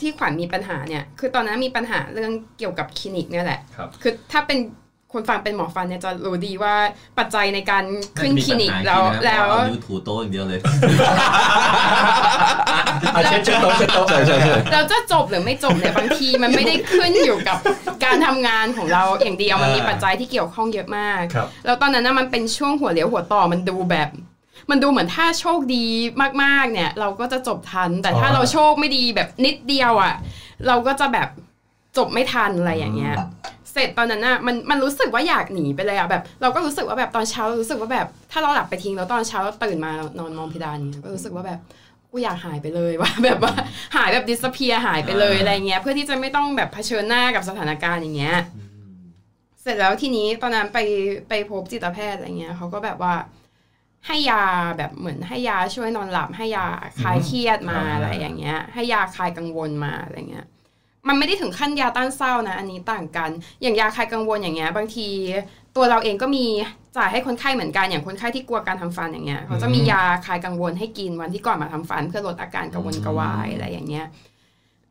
ที่ขวัญมีปัญหาเนี่ย คือตอนนั้นมีปัญหาเรื่องเกี่ยวกับคลินิกเนี่ยแหละ ครับ คือถ้าเป็นคนฟังเป็นหมอฟันเนี่ยจะรู้ดีว่าปัจจัยในการขึ้นคลินิกแล้วแล้ว ยูถูโต้อย่างเดียวเลย อ่ะเช็ดเช็ดโต๊ะเช็ดโต๊ะ เราจะจบหรือไม่จบเนี่ยบางทีมันไม่ได้ขึ้นอยู่กับการทำงานของเราอย่างเดียวมันมี เออ ปัจจัยที่เกี่ยวข้องเยอะมาก ครับ แล้วตอนนั้นนะมันเป็นช่วงหัวเลี้ยวหัวต่อมันดูแบบ มันดูเหมือนถ้าโชคดีมากๆเนี่ย เราก็จะจบทัน แต่ถ้าเราโชคไม่ดีแบบนิดเดียวอ่ะ เราก็จะแบบจบไม่ทันอะไรอย่างเงี้ย เสร็จตอนนั้นน่ะมันมันรู้สึกว่าอยากหนีไปเลยอะแบบ เราก็รู้สึกว่าแบบตอนเช้าเรารู้สึกว่าแบบ ถ้าเราหลับไปทิ้งแล้วตอนเช้าเราตื่นมานอนมองเพดานอย่างเงี้ยก็รู้สึกว่าแบบกูอยากหายไปเลย ว่า แบบว่าหายแบบดิสเพียหายไปเลย อ่า อะไรเงี้ยเพื่อที่จะไม่ต้องแบบเผชิญหน้ากับสถานการณ์อย่างเงี้ย เสร็จแล้วทีนี้ตอนนั้นไปไปพบจิตแพทย์อะไรเงี้ยเขาก็แบบว่า ให้ยาแบบเหมือนให้ยาช่วยนอนหลับให้ยาคลายเครียดมา อ่า อะไรอย่างเงี้ย ให้ยาคลายกังวลมาอะไรเงี้ย มันไม่ได้ถึงขั้นยาต้านเศร้านะ อันนี้ต่างกัน อย่างยาคลายกังวลอย่างเงี้ยบางที ตัวเราเองก็มีจ่ายให้คนไข้เหมือนกันอย่างคนไข้ที่กลัวการทำฟันอย่างเงี้ยเขาจะมียาคลายกังวลให้กินวันที่ก่อนมาทำฟัน เพื่อลดอาการกังวลกระวายอะไรอย่างเงี้ย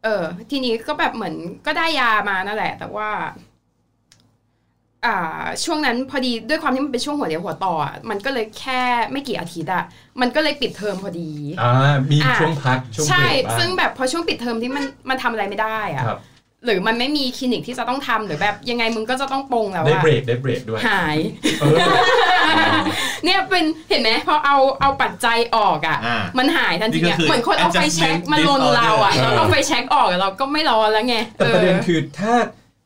เออ ทีนี้ก็แบบเหมือนก็ได้ยามานั่นแหละ แต่ว่า อ่า ช่วงนั้นพอดีด้วยความที่มันเป็นช่วงหัวเดียวหัวต่ออะมันก็เลยแค่ไม่กี่อาทิตย์อะมันก็เลยปิดเทอมพอดี อ่ามี อ่ะ ช่วงพักช่วง ใช่ เบรกบ้าง ซึ่งแบบพอช่วงปิดเทอมที่มันมันทำอะไรไม่ได้อะ ครับ หรือมันไม่มีคลินิกที่จะต้องทำหรือแบบยังไงมึงก็จะต้องปรงแล้ว ได้ อะ เบรกได้เบรก ด้วย หาย เออ เนี่ยเป็นเห็นไหมพอเอาเอาปัจจัยออกอ่ะ อ่า มันหายทันที นี่ก็ อะ คือ เหมือนคนเอาไฟแช็ก adjustment มาลนเราอ่ะ disorder เราเอาไฟแช็กออกอะเราก็ไม่ร้อนแล้วไง แต่ประเด็นคือถ้า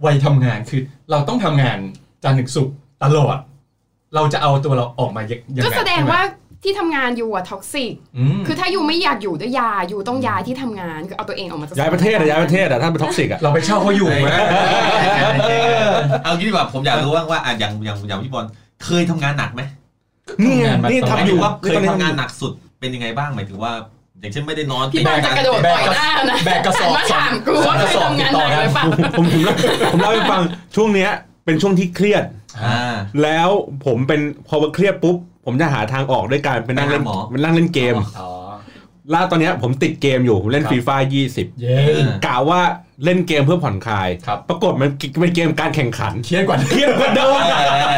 วัยทำงานคือเราต้องทำงานจันทร์ถึงศุกร์ตลอด เราจะเอาตัวเราออกมายังยั เออก็ ไ แสดง ใช่ไหม ว่าที่ทำงานอยู่อะท็อกซิก อืม คือถ้าอยู่ไม่อยากอยู่ด้วยยาอยู่ต้องย้ายที่ทำงานคือเอาตัวเองออกมาจาก ย้ายประเทศอะย้ายประเทศอะถ้าเป็นท็อกซิกอะ เราไปเช่าเขาอยู่ไหม เอางี้ดีกว่าผมอยากรู้ว่าว่าอ่ะอย่างอย่างอย่างพี่บอลเคยทำงานหนักไหม นี่ไง ทำงานมา นี่ หมาย ทำอ ถึ ยู่ งว่าเคย นี่ตอ ทำงานหนักสุดเป็นยังไงบ้างหมายถึงว่า อย่างเช่นไม่ได้นอน พี่บอลจะกระโดด แบก ต่อยหน้านะ แบกกระสอบ หันมาถามกูว่า สองก เค ระสอบติดต่อยทำงานหนัก กัน หรือเปล่า ผมผมผมเล่าให้ฟังช่วงเนี้ยเป็นช่วงที่เครียด อ่า แล้วผมเป็นพอเครียดปุ๊บ ผมจะหาทางออกด้วยการไปนั่งเล่น ไปหาหมอ ไปนั่งเล่นเกม อ๋อ ล่าตอนเนี้ยผมติดเกมอยู่ผมเล่นฟีฟ่า20 เย้ กะว่าเล่นเกมเพื่อผ่อนคลาย ครับ ปรากฏมันเป็นเกมการแข่งขัน เครียดกว่า เครียดกว่าเดิม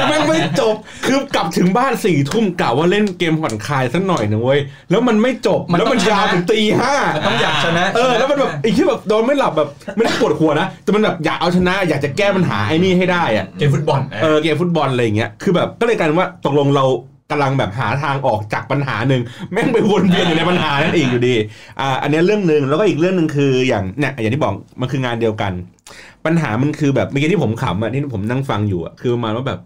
แม่งไม่จบคือกลับถึงบ้านสี่ทุ่มกะว่าเล่นเกมผ่อนคลายสักหน่อยหนึงเว้ยแล้วมันไม่จบแล้วมันยาวถึงตีห้า มันต้องอยากชนะ เออแล้วมันแบบไอ้ที่แบบโดนไม่หลับแบบไม่ได้ปวดหัวนะ แต่มันแบบอยากเอาชนะ อยากจะแก้ปัญหาไอ้นี่ให้ได้อะ เกมฟุตบอลนะ เออเกมฟุตบอลอะไรอย่างเงี้ยคือแบบก็เลยกลายเป็นว่าตกลงเรากำลังแบบหาทางออกจากปัญหาหนึ่งแม่งไปวนเวียนอยู่ในปัญหานั่นเองอยู่ดีอ่าอันเนี้ยเรื่องหนึ่งแล้วก็อีกเรื่องหนึ่งคืออย่างเนี่ยอย่างที่บอกมันคืองานเดียวกัน ปัญหามันคือแบบเมื่อกี้ที่ผมขำอ่ะที่ผมนั่งฟังอยู่อ่ะคือประมาณว่าแบบ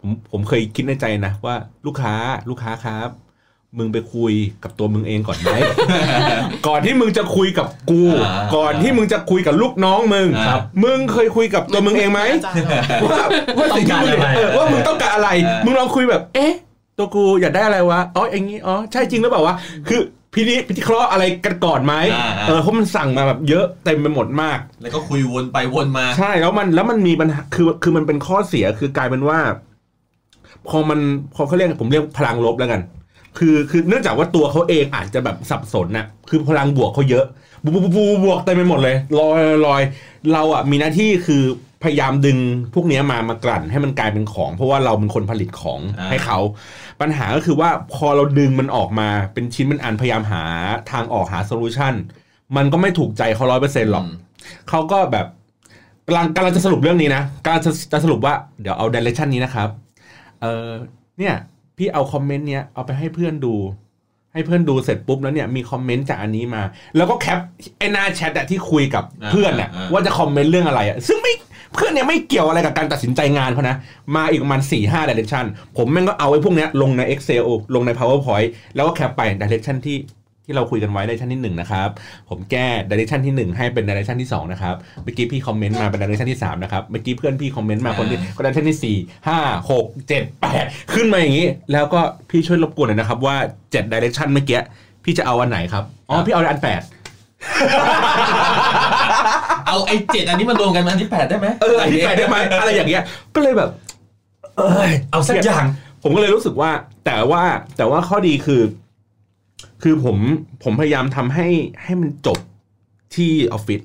ผมผมเคยคิดในใจนะว่าลูกค้าลูกค้าครับ มึงไปคุยกับตัวมึงเองก่อนไหม ก่อนที่มึงจะคุยกับกู อ่า ก่อนที่มึงจะคุยกับลูกน้องมึง ครับ มึงเคยคุยกับตัวมึงเองไหมว่าว่าสิ่งที่มึง ต้องการอะไร เออว่ามึงต้องการอะไร มึงลองคุยแบบ เอ๊ะ ตัวกูอยากได้อะไรวะอ๋ออย่างนี้อ๋อใช่จริงหรือเปล่าวะคือพินิจพิเคราะห์อะไรกันก่อนไหม อ่าอ่า เออเพราะมันสั่งมาแบบเยอะเต็มไปหมดมาก แล้วก็คุยวนไปวนมา ใช่แล้วมันแล้วมันมีปัญหาคือคือมันเป็นข้อเสียคือกลายเป็นว่าพอมันพอเขาเรียกผมเรียกพลังลบแล้วกัน คือคือเนื่องจากว่าตัวเขาเองอาจจะแบบสับสนน่ะคือพลังบวกเขาเยอะบวกบวกบวกบวกเต็มไปหมดเลยลอยลอยเราอ่ะมีหน้าที่คือพยายามดึงพวกเนี้ยมามากลั่น ให้มันกลายเป็นของ เพราะว่าเราเป็นคนผลิตของ อ่า ให้เขา ปัญหาก็คือว่าพอเราดึงมันออกมาเป็นชิ้นเป็นอันพยายามหาทางออกหาโซลูชันมันก็ไม่ถูกใจเขาร้อยเปอร์เซ็นต์หรอก เขาก็แบบกำลังกำลังจะสรุปเรื่องนี้นะกำลังจะจะสรุปว่าเดี๋ยวเอาเดเรคชันนี้นะครับเออเนี่ย พี่เอาคอมเมนต์เนี้ยเอาไปให้เพื่อนดู ให้เพื่อนดูเสร็จปุ๊บแล้วเนี่ยมีคอมเมนต์จากอันนี้มา แล้วก็แคปไอ้หน้าแชทอะที่คุยกับ อ่า เพื่อนอะ อ่า ว่าจะคอมเมนต์เรื่องอะไรอะซึ่งไม่เพื่อนเนี่ยไม่เกี่ยวอะไรกับการตัดสินใจงานเขานะ มาอีกประมาณ4ี่ห้าเดเรคชันผมแม่งก็เอาไอ้พวกเนี้ยลงใน Excel ลงใน PowerPoint แล้วก็แคปไปเดเรคชันที่ที่เราคุยกันไว้เดเรคชันที่หนึ่งนะครับ ผมแก้ดิเรกชันที่ 1 ให้เป็นดิเรกชันที่ 2 นะครับ เมื่อกี้พี่คอมเมนต์มาเป็นดิเรกชันที่ 3 นะครับ เมื่อกี้เพื่อนพี่คอมเมนต์มาคนที่ก็ดิเรกชันที่ 4 5 6 7 8 ขึ้นมาอย่างนี้ แล้วก็พี่ช่วยรบกวนหน่อยนะครับ ว่า7ดิเรกชันเมื่อกี้พี่จะเอาอันไหนครับ อ๋อ พี่เอาอัน 8 เอาไอ้เจ็ดอันนี้มารวมกันมาอันที่แปดได้ไหม เออ อันที่8ได้ไหมอะไรอย่างเงี้ยก็เลยแบบ เอย เอาสักอย่าง ผมก็เลยรู้สึกว่า แต่ว่าแต่ว่าข้อดีคือ คือผมผมพยายามทำให้ให้มันจบที่ออฟฟิศ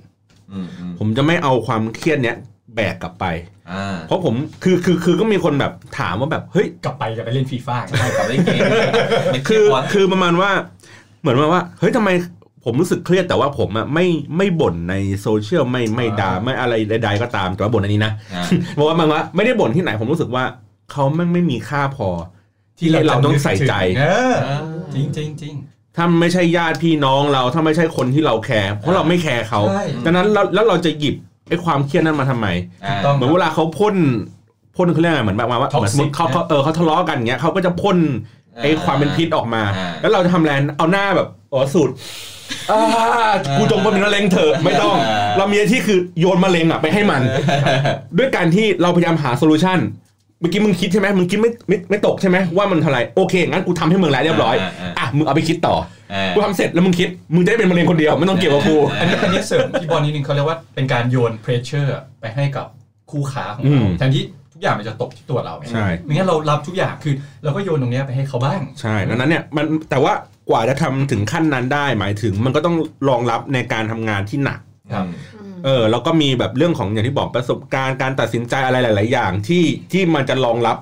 อืมอืม ผมจะไม่เอาความเครียดเนี้ยแบกกลับไป อ่า เพราะผมคือคือคือก็มีคนแบบถามว่าแบบเฮ้ย กลับไปจะไปเล่นฟีฟ่า ใช่กลับเล่นเกมไม่เรี คื ยด อ ก่อน คือประมาณว่า เหมือนประมาณว่าเฮ้ยทำไมผมรู้สึกเครียดแต่ว่าผมอะไม่ไม่บ่นในโซเชียลไม่ไม่ด่าไม่อะไรใด ๆ ก็ตามแต่ว่าบ่นอันนี้นะ อ่า บอกว่ามันว่าไม่ได้บ่นที่ไหนผมรู้สึกว่าเขาแม่งไม่มีค่าพอ ที่เราต้องใส่ใจ เออ เออ จริงจริงจริง ถ้าไม่ใช่ญาติพี่น้องเราถ้าไม่ใช่คนที่เราแคร์เพราะเราไม่แคร์เขา ใช่ ดังนั้นแล้วแล้วเราจะหยิบไอ้ความเครียดนั้นมาทำไม อ่า ต้อง เหมือนเวลาเขาพ่นพ่นเขาเรียกอะไรเหมือนแบบว่าเหมือ Toxic นสมมติเขาเขาเออเขาทะเลาะกันอย่างเงี้ยเขาก็จะพ่นไอ้ความเป็นพิษออกมา อ่า แล้วเราจะทำแลนเอาหน้าแบบอ๋อสูตรอ่ากูจงเป็นมะเร็งเถอะไม่ต้อง อ่า เรามีหน้าที่คือโยนมะเร็งอ่ะไปให้มัน ด้วยการที่เราพยายามหาโซลูชัน เมื่อกี้มึงคิดใช่ไหมมึงคิดไม่ไม่ไม่ตกใช่ไหมว่ามันเท่าไหร่โอเคงั้นกูทำให้มึงแล้วเรียบร้อย อ่าอ่า อ่ะมึงเอาไปคิดต่อ เออ กูทำเสร็จแล้วมึงคิดมึงจะได้เป็นมะเร็งคนเดียวไม่ต้องเกี่ยวกับกู อันนี้อันนี้เสริมพี่บอลนิดนึงเขาเรียกว่าเป็นการโยนเพรสเชอร์ไปให้กับคู่ค้าของ อื เรา ม แทนที่ทุกอย่างมันจะตกที่ตัวเราไง ใช่ ไม่งั้นเรารับทุกอย่างคือเราก็โยนตรงเนี้ยไปให้เขาบ้าง ใช่ดังนั้นเนี่ยมันแต่ว่ากว่าจะทำถึงขั้นนั้นได้หมายถึงมันก็ต้องรองรับในการทำงานที่หนัก ครับ อืม เออแล้วก็มีแบบเรื่องของอย่างที่บอกประสบการณ์การตัดสินใจอะไรหลาย ๆ อย่างที่ที่มันจะรองรับ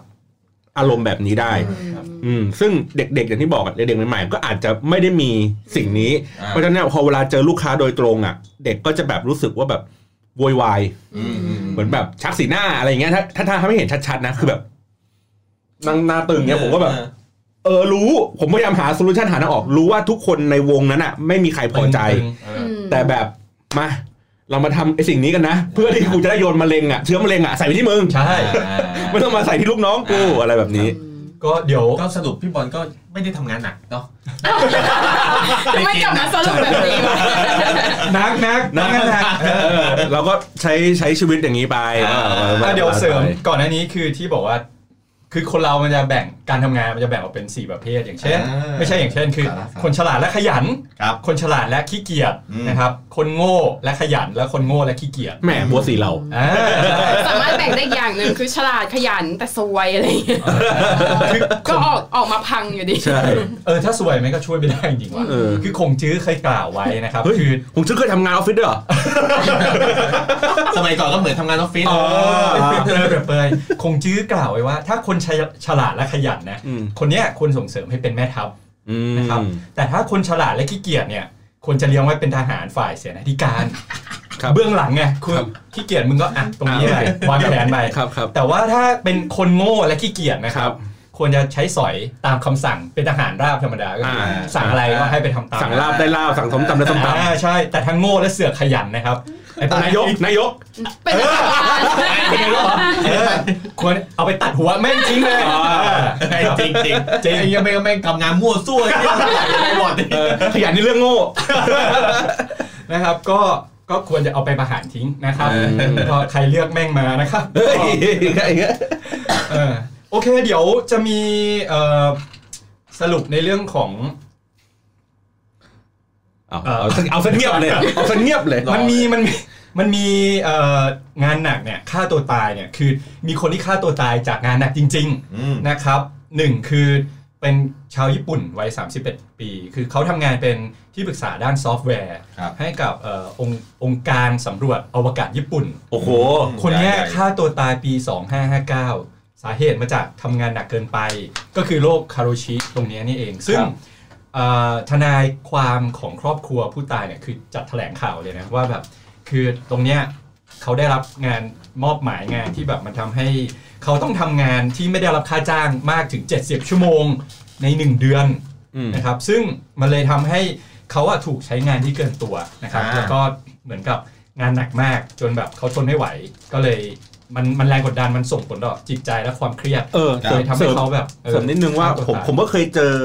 อารมณ์แบบนี้ได้ ครับ อืมซึ่งเด็ก ๆ อย่างที่บอกอะเด็ก ๆ ใหม่ ๆ ก็อาจจะไม่ได้มีสิ่งนี้ อ่า เพราะฉะนั้นเนยพอเวลาเจอลูกค้าโดยตรงอ่ะ เด็กก็จะแบบรู้สึกว่าแบบโวยวาย อืม เหมือนแบบชักสีหน้าอะไรอย่างเงี้ยถ้าถ้าถ้าไม่เห็นชัด ๆ นะคือแบบนั่งหน้าตึงเงี้ยผมก็แบบ เออรู้ ผมพยายามหาโซลูชันหาทางออกรู้ว่าทุกคนในวงนั้นอ่ะ ไม่มีใครพอใจ เออ แต่แบบมา เรามาทำไอ้สิ่งนี้กันนะ เพื่อที่กูจะได้โยนมะเร็งอ่ะเชื้อมะเร็งอ่ะใส่ไปที่มึง ใช่ ใช่า ไม่ต้องมาใส่ที่ลูกน้องกูอะไรแบบนี้ ก็เดี๋ยว ก็สรุปพี่บอลก็ไม่ได้ทำงานหนักเนาะ ทำไมกลับมาสรุปแบบนี้วะ นักนักนักนัก เออ เราก็ใช้ใช้ชีวิตอย่างนี้ไป อ่า ออ อ่ะเดี๋ยวเสริม ไป ก่อนหน้านี้คือที่บอกว่า คือคนเรามันจะแบ่งการทำงานมันจะแบ่งออกเป็น 4 ประเภท อย่างเช่น อ่า ไม่ใช่อย่างเช่นคือ สาระสาระ คนฉลาดและขยัน ครับ คนฉลาดและขี้เกียจ อืม นะครับ คนโง่และขยันและคนโง่และขี้เกียจ แหมบัวสีเรา อ่า สามารถแบ่งได้อีกอย่างหนึ่งคือฉลาดขยันแต่ซวยอะไรอย่างเงี้ย คือ ก็ออกออกมาพังอยู่ดี ใช่ เออถ้าสวยไหมก็ช่วยไม่ได้จริงๆว่ะ เออ คือคงจื้อเคยกล่าวไว้นะครับ เฮ้ย คือ ผมชื่อเคยทำงานออฟฟิศด้วยเหรอ สมัยก่อนก็เหมือนทำงานออฟฟิศ เออเปรยเปรยคงจื้อกล่าวไว้ว่า ถ้าคนฉลาดและขยันนะ อืม คนเนี้ยควรส่งเสริมให้เป็นแม่ทัพ อืม นะครับแต่ถ้าคนฉลาดและขี้เกียจเนี่ยควรจะเลี้ยงไว้เป็นทหารฝ่ายเสนาธิการ ครับ เบื้องหลังไงคุณ ครับ ขี้เกียจมึงก็อ่ะตรงนี้ อ่า ไปวางแผนไป ครับครับ แต่ว่าถ้าเป็นคนโง่และขี้เกียจนะครับ ควรจะใช้สอยตามคำสั่งเป็นทหารราบธรรมดาก็คืออา สั่งอะไรก็ให้ไปทำตาม สั่งลาบได้ลาบสั่งสมตำได้สมต อ่าใช่ แต่ทั้งโง่และเสือกขยันนะครับไอ้พวก ำนายกนายก เป็นรัฐบาล เออควรเอาไปตัดหัวแม่งจริงเลย อ๋อ เออ จริงจริง จริง ไอ้ยังไม่ไม่งทำงานมั่วซั่วไอ้เนี่ยไอ้บอดเนี่ย เออขยันในเรื่องโง่ นะครับก็ก็ควรจะเอาไปประหารทิ้งนะครับ เออ ก็ใครเลือกแม่งมานะครับ เฮ้ย เออโอเคเดี๋ยวจะมีเอ่อสรุปในเรื่องของ เอาเอาเอาเอาซะเงียบ เลยเอาซะเงียบเลย มันมีมันมีมันมีเอ่องานหนักเนี่ยฆ่าตัวตายเนี่ยคือมีคนที่ฆ่าตัวตายจากงานหนักจริง อืม ๆนะครับหนึ่งคือเป็นชาวญี่ปุ่นวัย 31 ปี คือเขาทำงานเป็นที่ปรึกษาด้านซอฟต์แวร์ ครับ ให้กับเอ่อองค์องค์การสำรวจอวกาศญี่ปุ่น โอ้โห คนเนี้ย ใหญ่ๆ ฆ่าตัวตายปี 2559 สาเหตุมาจากทำงานหนักเกินไป ก็คือโรคคาโรชิตรงเนี้ยนี่เอง ซึ่งเอ่อทนายความของครอบครัวผู้ตายเนี่ยคือจัดแถลงข่าวเลยนะว่าแบบคือตรงเนี้ยเขาได้รับงานมอบหมายงานที่แบบมันทำให้ เขาต้องทำงานที่ไม่ได้รับค่าจ้างมากถึง 70 ชั่วโมงใน 1 เดือน อืม นะครับ ซึ่งมันเลยทำให้เขาอะถูกใช้งานที่เกินตัวนะครับ อ่า แล้วก็เหมือนกับงานหนักมากจนแบบเขาทนไม่ไหว ก็เลยมันมันแรงกดดันมันส่งผลต่อจิตใจและความเครียด เออ เลยทำ เส ให้ ริม เขาแบบออ เสริมนิดนึงว่า ฆ่ตั ผม ตย ผมก็เคยเจอ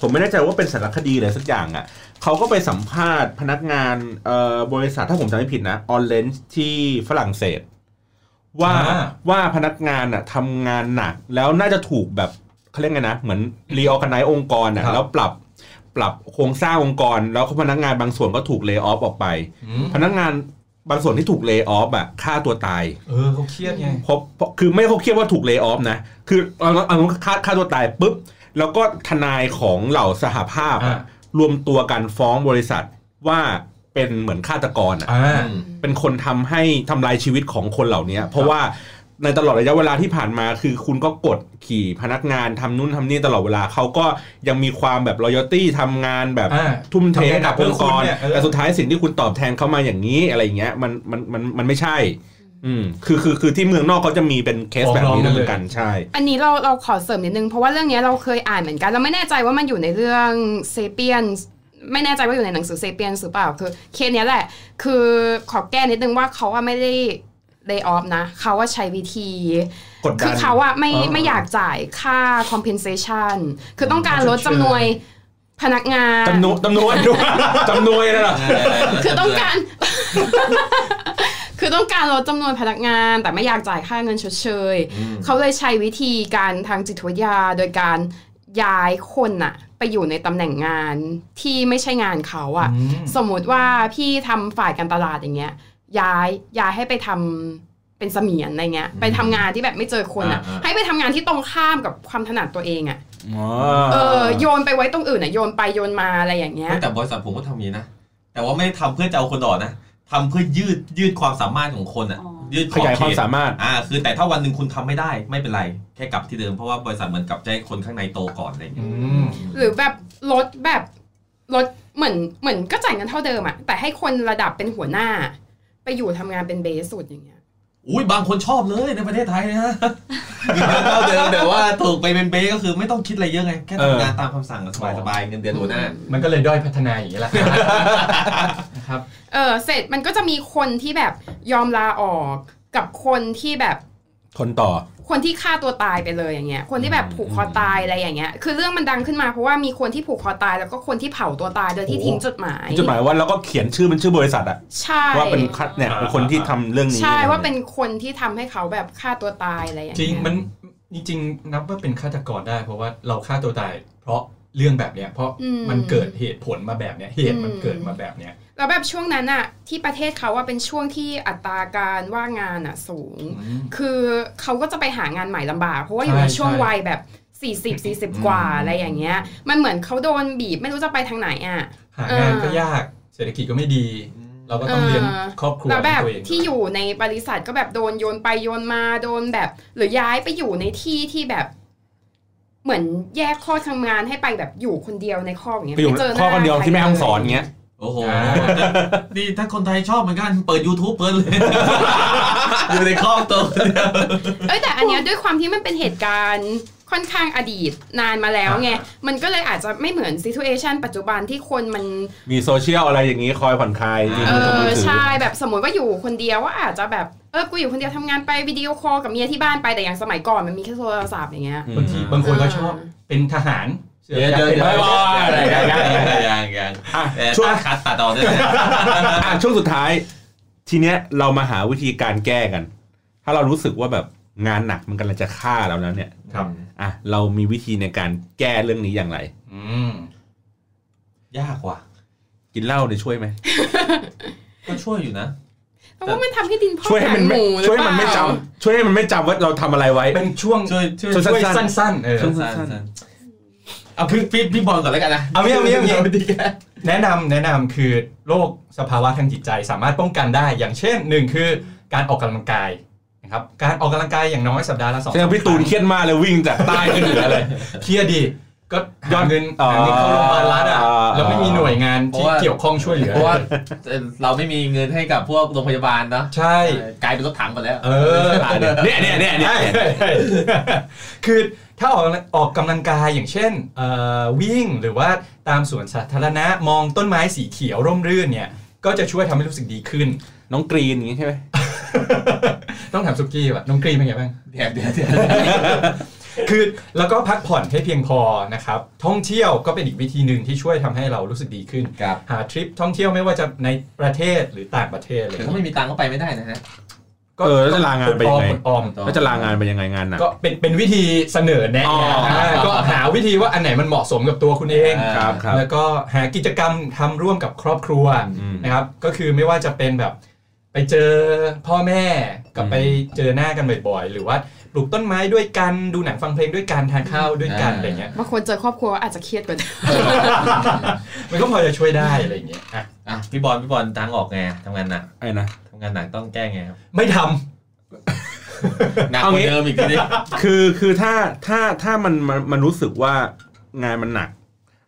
ผมไม่แน่ใจว่าเป็นสารคดีอะไรสักอย่างอ่ะเขาก็ไปสัมภาษณ์พนักงานเอ่อบริษัทถ้าผมจำไม่ผิดนะออนเลนที่ฝรั่งเศส ว่าว่าพนักงานอ่ะทำงานหนัก แล้วน่าจะถูกแบบเขาเรียกไงนะ เหมือนรีออ g a ไน z ์องค์กรอ่ะแล้วปรับปรับโครงสร้างองค์กร แล้วพนักงานบางส่วนก็ถูกเลิกออฟออกไป อืม พนักงานบางส่วนที่ถูกเลิกออฟอ่ะฆ่าตัวตาย เออเขาเครียดไง เพราะเพราะคือไม่เขาเครียดว่าถูกเล y o ออฟนะ คือเอาเอาค่าค่าตัวตายปุ๊บ แล้วก็ทนายของเหล่าสหภาพอะ อ่า รวมตัวกันฟ้องบริษัทว่าเป็นเหมือนฆาตกรอะ อ่า เป็นคนทำให้ทำลายชีวิตของคนเหล่านี้ เพราะว่าในตลอดระยะเวลาที่ผ่านมาคือคุณก็กดขี่พนักงานทำนู่นทำนี่ตลอดเวลาเขาก็ยังมีความแบบรอยัลตี้ทำงานแบบ อ่า ทุ่มเทให้กับองค์กร เนี่ยเออ แต่สุดท้ายสิ่งที่คุณตอบแทนเขามาอย่างนี้อะไรอย่างเงี้ยมันมันมันมันไม่ใช่ อืมคือคือคือที่เมืองนอกเขาจะมีเป็นเคสแบบนี้ด้วยเหมือนกันใช่ อันนี้เราเราขอเสริมนิดนึง เพราะว่าเรื่องเนี้ยเราเคยอ่านเหมือนกัน เราไม่แน่ใจว่ามันอยู่ในเรื่องเซเปียนไม่แน่ใจว่าอยู่ในหนังสือเซเปียนหรือเปล่า คือเคสเนี้ยแหละ คือขอแก้นิดนึงว่าเขาอะไม่ได้เ a y ออฟนะ เขาว่าใช้วิธี กดดัน คือเขาอะไม่ เออ ไม่อยากจ่ายค่า compensation คือต้องการลดจำนวนพนักงาน จำน วนจำนวน จำนวนเลยเหรอ คือต้องการ ค คือต้องการลดจำนวนพนักงาน แต่ไม่อยากจ่ายค่าเงินชดเชย เขาเลยใช้วิธีการทางจิตวิทยาโดยการย้ายคนน่ะ ไปอยู่ในตำแหน่งงานที่ไม่ใช่งานเขาอะสมมุติว่าพี่ทำฝ่ายการตลาดอย่างเงี้ย ย้ายย้ายให้ไปทำเป็นเสมียนอะไรเงี้ย ไปทำงานที่แบบไม่เจอคนอะ อ่าๆ ให้ไปทำงานที่ตรงข้ามกับความถนัดตัวเองอะ อ๋อ เออโยนไปไว้ตรงอื่นอะโยนไปโยนมาอะไรอย่างเงี้ย เฮ้ยแต่บริษัทผมก็ทำอย่างนี้นะ แต่ว่าไม่ได้ทำเพื่อจะเอาคนออกนะทำเพื่อยืดยืดความสามารถของคนอ่ะ อ๋อ ยืด ขยายความสามารถ อ่า คือแต่ถ้าวันหนึ่งคุณทำไม่ได้ไม่เป็นไร แค่กลับที่เดิมเพราะว่าบริษัทเหมือนกับจะให้คนข้างในโตก่อนอะไรอย่างเงี้ย หรือแบบลดแบบลดเหมือนเหมือนก็จ่ายเงินเท่าเดิมอะแต่ให้คนระดับเป็นหัวหน้า ไปอยู่ทำงานเป็นเบสสุดอย่างเงี้ย อุ้ยบางคนชอบเลยในประเทศไทยนะเงินเท่าเดิมแต่ว่าถูกไปเป็นเบสก็คือไม่ต้องคิดอะไรเยอะไง แค่ทำงานตามคำสั่งสบายสบายๆเงินเดือนหัวหน้า มันก็เลยด้อยพัฒนาอย่างนี้แหละนะครับ เออเสร็จมันก็จะมีคนที่แบบยอมลาออกกับคนที่แบบ คนต่อ คนที่ฆ่าตัวตายไปเลยอย่างเงี้ยคนที่แบบผูกคอตายอะไรอย่างเงี้ยคือเรื่องมันดังขึ้นมาเพราะว่ามีคนที่ผูกคอตายแล้วก็คนที่เผาตัวตายโดยที่ โอ้ ทิ้งจดหมาย จดหมายว่าแล้วก็เขียนชื่อมันชื่อบริษัทอะ ใช่ ว่าเป็นคัดเนี่ยเป็นคนที่ทำเรื่องนี้ ใช่ว่าเป็นคนที่ทำให้เขาแบบฆ่าตัวตายอะไรอย่าง จริ เงี้ ง ย มันจริงๆนับว่าเป็นฆาตกรได้เพราะว่าเราฆ่าตัวตาย เพราะเรื่องแบบเนี้ยเพราะ อืม มันเกิดเหตุผลมาแบบเนี้ยเหตุมัน อืม เกิดมาแบบเนี้ย แล้วแบบช่วงนั้นอะที่ประเทศเขาว่าเป็นช่วงที่อัตราการว่างงานอะสูง คือเขาก็จะไปหางานใหม่ลำบาก เพราะว่าอยู่ใน ใช่ ช่วง ใช่ วัยแบบ 40 40 กว่าอะไรอย่างเงี้ย มันเหมือนเขาโดนบีบไม่รู้จะไปทางไหนอะ หางาน เออ ก็ยากเศรษฐกิจก็ไม่ดี เราก็ต้องเลี้ยงครอบครัว แล้วแบบ ตัวเอง ที่อยู่ในบริษัทก็แบบโดนโยนไปโยนมาโดนแบบ หรือย้ายไปอยู่ในที่ที่แบบ เหมือนแยกข้อทำงานให้ไปแบบอยู่คนเดียวในข้ออย่างเงี้ย ไปอยู่ ม่เจหา ข้อคนเดียวที่แม่ห้องสอนเงี้ย โอ้โห นี่ถ้าคนไทยชอบเหมือนกัน เปิด YouTube เปิดเลย อยู่ในครอบตัว เอ้ยแต่อันเนี้ยด้วยความที่มันเป็นเหตุการณ์ค่อนข้างอดีตนานมาแล้วไงมันก็เลยอาจจะไม่เหมือนซีทูเอชันปัจจุบันที่คนมัน มีโซเชียลอะไรอย่างนี้คอยผ่อนคลายมี เอ มือถือ อ มือถือ ใช่แบบสมมติว่าอยู่คนเดียวว่าอาจจะแบบเออกูอยู่คนเดียวทำงานไปวิดีโอคอลกับเมียที่บ้านไปแต่อย่างสมัยก่อนมันมีแค่โทรศัพท์อย่างเงี้ย บางทีบางคนก็ชอบ เออ เป็นทหารเสือก เดี๋ยว อยาก เดี๋ยว เป็น เดี๋ยว ทหาร อะไรอย่างเงี้ยอย่างเงี้ย อ่ะ ช่ ช่ ว ว ง ง คัดตัดออกด้วยนะ อ่ะช่วงสุดท้าย ทีเนี้ยเรามาหาวิธีการแก้กัน ถ้าเรารู้สึกว่าแบบงานหนักมันกำลังจะฆ่าเราแล้วเนี่ย ครับ อ่ะเรามีวิธีในการแก้เรื่องนี้อย่างไร อืม ยากว่ะ กินเหล้าได้ช่วยไหม ก็ช่วยอยู่นะ เพราะว่ามันทำให้ดินพอก ช่วยให้มัน ห ไม่ มูหรือ ช่วย เป ให้ ล่า มันไม่จำช่วยให้มันไม่จำว่าเราทำอะไรไว้ เป็นช่วง ช่วยช่วย ช่วย ช่วยสั้นๆเออ ช่วยสั้นๆเอาพี่พี่พี่บอลก่อนแล้วกันนะ เอางี้เอางี้เอางี้ แนะนำแนะนำคือโรคสภาวะทางจิตใจสามารถป้องกันได้ อย่างเช่นหนึ่งคือการออกกำลังกายนะครับการออกกำลังกายอย่างน้อยสัปดาห์ละสอง แสดงว่าพี่ตูนเครียดมากเลยวิ่งจากใต้ขึ้นเหนือเลย เครียดดีก็ยอดเงิน อ๋อ หาเงินเข้าโรงพยาบาลรัฐอ่ะ อ๋อ แล้วไม่มีหน่วยงานที่เกี่ยวข้องช่วยเหลือ เพราะว่าเราไม่มีเงินให้กับพวกโรงพยาบาลเนาะ ใช่ กลายเป็นรถถังไปแล้ว เออ เนี่ยเนี่ยเนี่ยเนี่ย คือถ้าออกออกกำลังกายอย่างเช่นเอ่อวิ่งหรือว่าตามสวนสาธารณะมองต้นไม้สีเขียวร่มรื่นเนี่ย ก็จะช่วยทำให้รู้สึกดีขึ้น น้องกรีนอย่างงี้ใช่ไหม ต้องถามสุกี้ว่ะน้องกรีนเป็นไงบ้าง เดี๋ยวเดี๋ยวเดี๋ยว คือแล้วก็พักผ่อนให้เพียงพอนะครับ ท่องเที่ยวก็เป็นอีกวิธีหนึ่งที่ช่วยทำให้เรารู้สึกดีขึ้น ครับ หาทริปท่องเที่ยวไม่ว่าจะในประเทศหรือต่างประเทศอะไร แต่ถ้าไม่มีตังค์ก็ไปไม่ได้นะฮะ ก็ เออแล้วจะลางานไป อ ยั อง ม ไง อดออม แล้วจะลางานไปยังไงงานหนัก ก็เป็นเป็นวิธีเสนอแนะ อ๋อ นะฮะก็หาวิธีว่าอันไหนมันเหมาะสมกับตัวคุณเอง อ่า ครับครับ แล้วก็หากิจกรรมทำร่วมกับครอบครัว อืม นะครับก็คือไม่ว่าจะเป็นแบบไปเจอพ่อแม่กับ อืม ไปเจอหน้ากันบ่อยๆ หรือว่าปลูกต้นไม้ด้วยกันดูหนังฟังเพลงด้วยกันทานข้าวด้วยกัน อ่า อะไรเงี้ย บางคนเจอครอบครัวอาจจะเครียดกว่าเดิม มันก็พอจะช่วยได้อะไรเงี้ยอ่ะ อ่ะพี่บอลพี่บอลตังค์ออกไงทำงานหนัก ไอ้นะ ทำงานหนักต้องแก้ไงครับ ไม่ทำ หนักกว่าเดิมอีกทีนี้ คือคือถ้าถ้าถ้ามันมันมันรู้สึกว่างานมันหนัก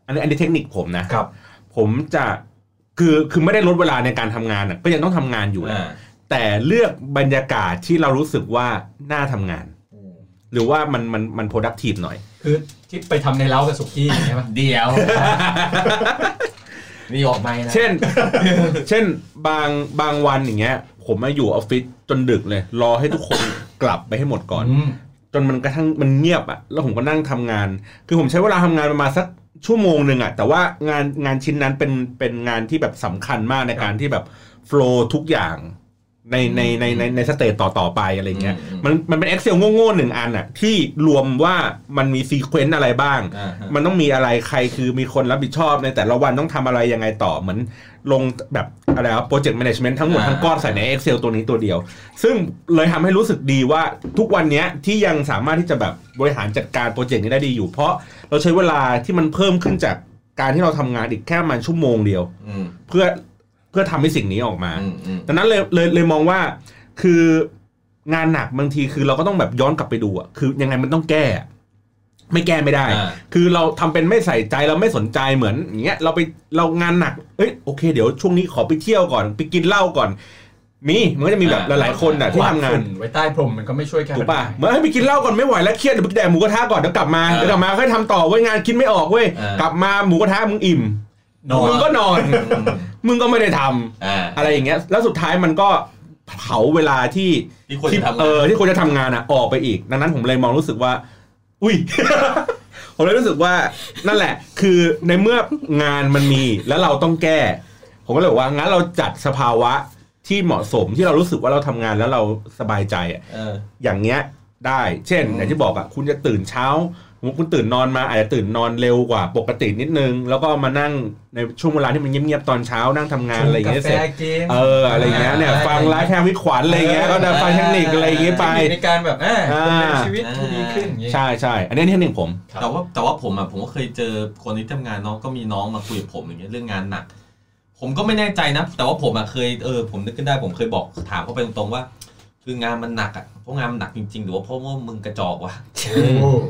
อันนี้อันนี้เทคนิคผมนะ กับ ผมจะคือคือไม่ได้ลดเวลาในการทำงานน่ะก็ยังต้องทำงานอยู่แหละแต่เลือกบรรยากาศที่เรารู้สึกว่าน่าทำงาน หรือว่ามันมันมัน productive หน่อย คือที่ไปทำในเล้ากับสุกี้อย่างเงี้ยป่ะ เดี๋ยว นี่ออกไปนะ เช่น เช่นบางบางวันอย่างเงี้ย ผมมาอยู่ออฟฟิศจนดึกเลย รอให้ทุกคน กลับไปให้หมดก่อน ม จนมันกระทั่งมันเงียบอะ่ะแล้วผมก็นั่งทำงาน คือผมใช้เวลาทำงานประมาณสักชั่วโมงหนึ่งอะ่ะแต่ว่างานงานชิ้นนั้นเป็นเป็นงานที่แบบสำคัญมากในการที่แบบโฟลทุกอย่าง ในในในในในสเตจต่อต่อๆไปอะไรเงี้ย อืม มันมันเป็น Excel โง่ๆหนึ่งอันอะที่รวมว่ามันมีซีเควนต์อะไรบ้าง อ่าฮะ มันต้องมีอะไรใครคือมีคนรับผิดชอบในแต่ละวันต้องทำอะไรยังไงต่อเหมือนลงแบบอะไรครับโปรเจกต์แมネจเมนต์ทั้งหมด อ่า ทั้งก้อนใส่ใน Excel ตัวนี้ตัวเดียว ซึ่งเลยทำให้รู้สึกดีว่าทุกวันเนี้ยที่ยังสามารถที่จะแบบบริหารจัดการโปรเจกต์นี้ได้ดีอยู่ เพราะเราใช้เวลาที่มันเพิ่มขึ้นจากการที่เราทำงานอีกแค่ประมันชั่วโมงเดียว อืม เพื่อเพื่อทำให้สิ่งนี้ออกมา อืมอืม ดังนั้นเลยเลยเลยมองว่าคืองานหนักบางทีคือเราก็ต้องแบบย้อนกลับไปดูอะคือยังไงมันต้องแก้อะไม่แก้ไม่ได้ อ่า คือเราทำเป็นไม่ใส่ใจเราไม่สนใจเหมือนอย่างเงี้ยเราไปเรางานหนักเอ้ยโอเคเดี๋ยวช่วงนี้ขอไปเที่ยวก่อน ไปกินเหล้าก่อน มีมันก็จะมีแบบห อ่า ลายๆคนน่ะที่ทำงาน ฝุ่ไว้ใต้พรมมันก็ไม่ช่วยแก้ ถู ปั ก ญหา ป่ะเหมื่อนให้ไปกินเหล้าก่อนไม่ไหวแล้วเครียดเดี๋ยวไปแดกหมูกระทะก่อนเดี๋ยวกลับมา อ่า เดี๋ยวกลับมาค่อยทำต่อเว้ยงานกินไม่ออกเว้ย อ่าก ก ลับมาหมูกระทะมึงอิ่ม นอ มึ น งก็นอน อืม มึงก็ไม่ได้ทำ อ่า อะไรอย่างเงี้ย แล้วสุดท้ายมันก็เผาเวลาที่ ที่ควรจะทำงาน เออที่ควรจะทำงานอ่ะออกไปอีก ดังนั้นผมเลยมองรู้สึกว่า อุ้ย ผมเลยรู้สึกว่านั่นแหละ คือในเมื่องานมันมีแล้วเราต้องแก้ ผมก็เลยบอกว่างั้นเราจัดสภาวะที่เหมาะสมที่เรารู้สึกว่าเราทำงานแล้วเราสบายใจอะ เออ อย่างเงี้ยได้ เช่น อืม อย่างที่บอกอ่ะคุณจะตื่นเช้าสมมุติคุณตื่นนอนมาอาจจะตื่นนอนเร็วกว่าปกตินิดนึง แล้วก็มานั่งในช่วงเวลาที่มันเงียบๆตอนเช้านั่งทำงานอะไรอย่างเงี้ยเสร็จ เอออะไรเงี้ยเนี่ยฟังไลฟ์แฮมวิทขวัญอะไรเงี้ยก็จะฟังเทคนิคอะไรอย่างเงี้ยไป เทคนิคในการแบบอ่า อ่า ดำเนินชีวิตที่ดีขึ้นอย่างเงี้ย ใช่ใช่อันนี้เทคนิคผม ครับ แต่ว่าแต่ว่าผมอ่ะผมก็เคยเจอคนที่ทำงานเน้องก็มีน้องมาคุยกับผมอย่างเงี้ยเรื่องงานหนัก ผมก็ไม่แน่ใจนะ แต่ว่าผมอ่ะเคยเออผมนึกขึ้นได้ผมเคยบอกถามเขาไปตรงๆว่า คืองานมันหนักอ่ะเพราะงานมันหนักจริงๆ หรือว่าเพราะว่ามึงกระจอกวะ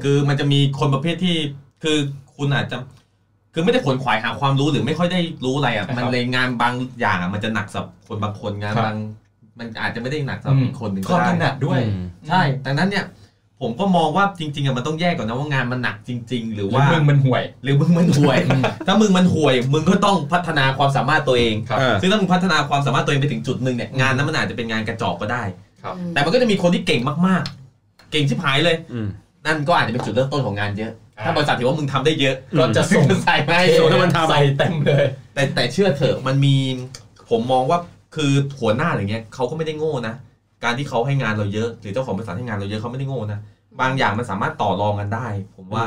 คือมันจะมีคนประเภทที่คือคุณอาจจะคือไม่ได้ขวนขวายหาความรู้หรือไม่ค่อยได้รู้อะไรอ่ะ ครับ มันเลยงานบางอย่างอะมันจะหนักสำหรับคนบางคนงาน ครับ บาง มันอาจจะไม่ได้หนักสำหรับอีกคนหนึ่ง ค ก็ วามถได้นัดด้วย ใช่ ดังนั้นเนี่ยผมก็มองว่าจริงๆอะมันต้องแยกก่อนนะว่างานมันหนักจริง ๆ หรือ ว่า ว่า มึงมันห่วย หรือมึงมันห่วย ถ้ามึงมันห่วย มึงก็ต้องพัฒนาความสามารถตัวเอง ครับ เออ ซึ่งถ้ามึงพัฒนาความสามารถตัวเองไปถึงจุดหนึ่งเนี่ยงานนั้นมันอาจจะเป็นงานกระจอกก็ได้ ครับ อืม แต่มันก็จะมีคนที่เก่งมากๆ เก่งชิบหายเลย อืม นั่นก็อาจจะเป็นจุดเริ่มต้นของงานเยอะ อ่า ถ้าบริษัทถือว่ามึงทำได้เยอะ ก็จะส่ง ก็ใส่ไป ให้ ให้ โดนมันทำใส่เต็มเลย แต่แต่เชื่อเถอะมันมีผมมองว่าคือหัวหน้าอย่างเงี้ยเขาก็ไม่ได้โง่นะ การที่เขาให้งานเราเยอะ หรือเจ้าของบริษัทให้งานเราเยอะเขาไม่ได้โง่นะบางอย่างมันสามารถต่อรองกันได้ ผมว่า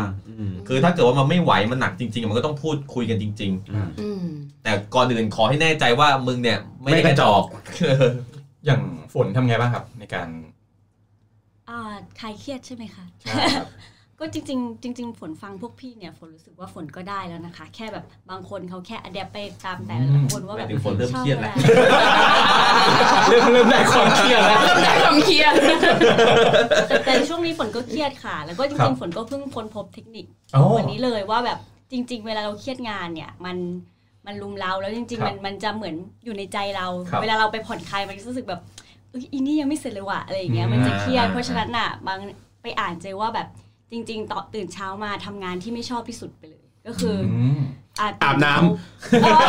คือถ้าเกิดว่ามันไม่ไหวมันหนักจริงๆ มันก็ต้องพูดคุยกันจริง อืม ๆ แต่ก่อนอื่นขอให้แน่ใจว่ามึงเนี่ยไม่ได้ ไม่กกระ ระ จ จ อ อก ก อย่างฝนทำไงบ้างครับ ในการ อ่าคลายเครียดใช่ไหมคะ ใช่ครับ ก็จริงๆจริงๆฝนฟังพวกพี่เนี่ยฝนรู้สึกว่าฝนก็ได้แล้วนะคะ แค่แบบบางคนเขาแค่อ d ด p t ไปตามแต่ละคนว่าแบหบมายถึงฝนเริ่มเครียดแล้ว ชอบอะไร เริ่มเริ่มได้ความเครียดแล้ว เริ่มได้ความเครียด แต่แต่ช่วงนี้ฝนก็เครียดค่ะ แล้วก็จ ครั ริง บ ๆฝนก็เพิ่งค้นพบเทคนิค โอ้ วันนี้เลยว่าแบบจริง ๆ เวลาเราเครียดงานเนี่ยมันมันลุมเราแล้วจริง ค ๆ รั มั บ นมันจะเหมือนอยู่ในใจเรา ครับ เวลาเราไปผ่อนคลายมันจะรู้สึกแบบเอยอีนี่ยังไม่เสร็จเลยว่ะอะไรอย่างเงี้ย อืม มันจะเครียดเพราะฉะนั้นน่ะบางไปอ่านเจอว่าแบบจริง ๆ ต่อตื่นเช้ามาทำงานที่ไม่ชอบที่สุดไปเลย ก็คือ อื อ ม อาจ อาบน้ เออ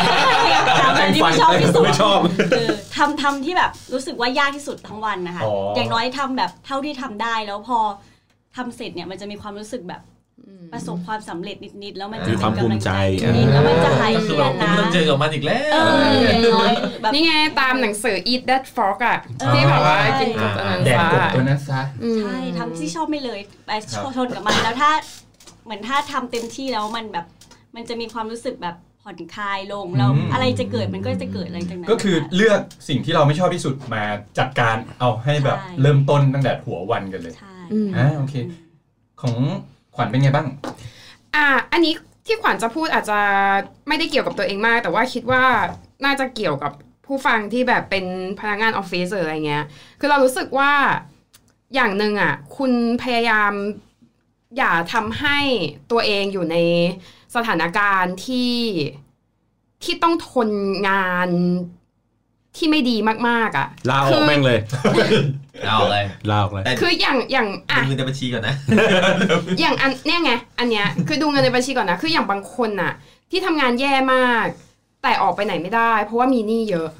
อาบน้ำที่ไม่ชอบที่สุด ไม่ชอบ เออทำทำที่แบบรู้สึกว่ายากที่สุดทั้งวันนะคะ อ๋ออ อย่างน้อยทำแบบเท่าที่ทำได้แล้วพอทำเสร็จเนี่ยมันจะมีความรู้สึกแบบ ประสบความสำเร็จนิด ๆ แล้วมันจะ มีความภูมิใจ เป็นกำลังใจนิดๆแล้วมันจะหาย ก็ เค คือ รี แบ ย บ ด มึง นะ ต้องเจอกับมันอีกแล้ว เอออย่างน้อยแบบ นี่ไงตามหนังสือ Eat That Frog อ่ะ เออ ที่แบบว่ากินกบตอนนั้น แดด ฟ้าบกตัวนั้นซะ อืม ใช่ทำที่ชอบไม่เลยไปชนกับมันแล้วถ้าเหมือนถ้าทำเต็มที่แล้วมันแบบ มันจะมีความรู้สึกแบบผ่อนคลายลงแล้ว อืม อะไรจะเกิดมันก็จะเกิดอะไรจากนั้น ก็คือเลือกสิ่งที่เราไม่ชอบที่สุดมาจัดการเอาให้แบบ ใช่ เริ่มต้นตั้งแต่หัววันกันเลย ใช่ อืม อ่าโอเค ของขวัญเป็นไงบ้าง อ่ะอันนี้ที่ขวัญจะพูดอาจจะไม่ได้เกี่ยวกับตัวเองมาก แต่ว่าคิดว่าน่าจะเกี่ยวกับผู้ฟังที่แบบเป็นพนักงานออฟฟิศหรืออะไรเงี้ย คือเรารู้สึกว่าอย่างหนึ่งอ่ะคุณพยายามอย่าทำให้ตัวเองอยู่ในสถานการณ์ที่ที่ต้องทนงานที่ไม่ดีมากๆอ่ะ ลาอ คือ อก แม่งเลย เอาเลย ลาออกเลย คืออย่างอย่าง ดู อ่ะ เงินในบัญชีก่อนนะ อย่างอันเนี่ยไงอันเนี้ยคือดูเงินในบัญชีก่อนนะคืออย่างบางคนน่ะ ที่ทำงานแย่มาก แต่ออกไปไหนไม่ได้ เพราะว่ามีหนี้เยอะ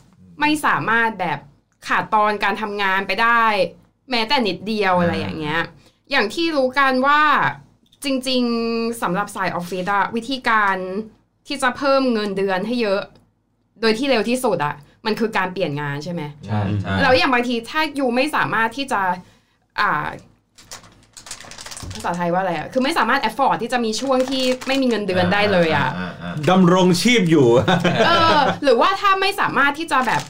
ไม่สามารถแบบขาดตอนการทำงานไปได้ แม้แต่นิดเดียวอะไรอย่างเงี้ย อย่างที่รู้กันว่าจริงๆสำหรับสายออฟฟิศอะวิธีการที่จะเพิ่มเงินเดือนให้เยอะ โดยที่เร็วที่สุดอะ มันคือการเปลี่ยนงานใช่ไหม ใช่ใช่ แล้วอย่างบางทีถ้ายูไม่สามารถที่จะ อ่าภาษาไทยว่าอะไรอ่ะ คือไม่สามารถ afford ที่จะมีช่วงที่ไม่มีเงินเดือนได้เลยอ่ะ าา ดำรงชีพอยู่ เออ หรือว่าถ้าไม่สามารถที่จะแบบ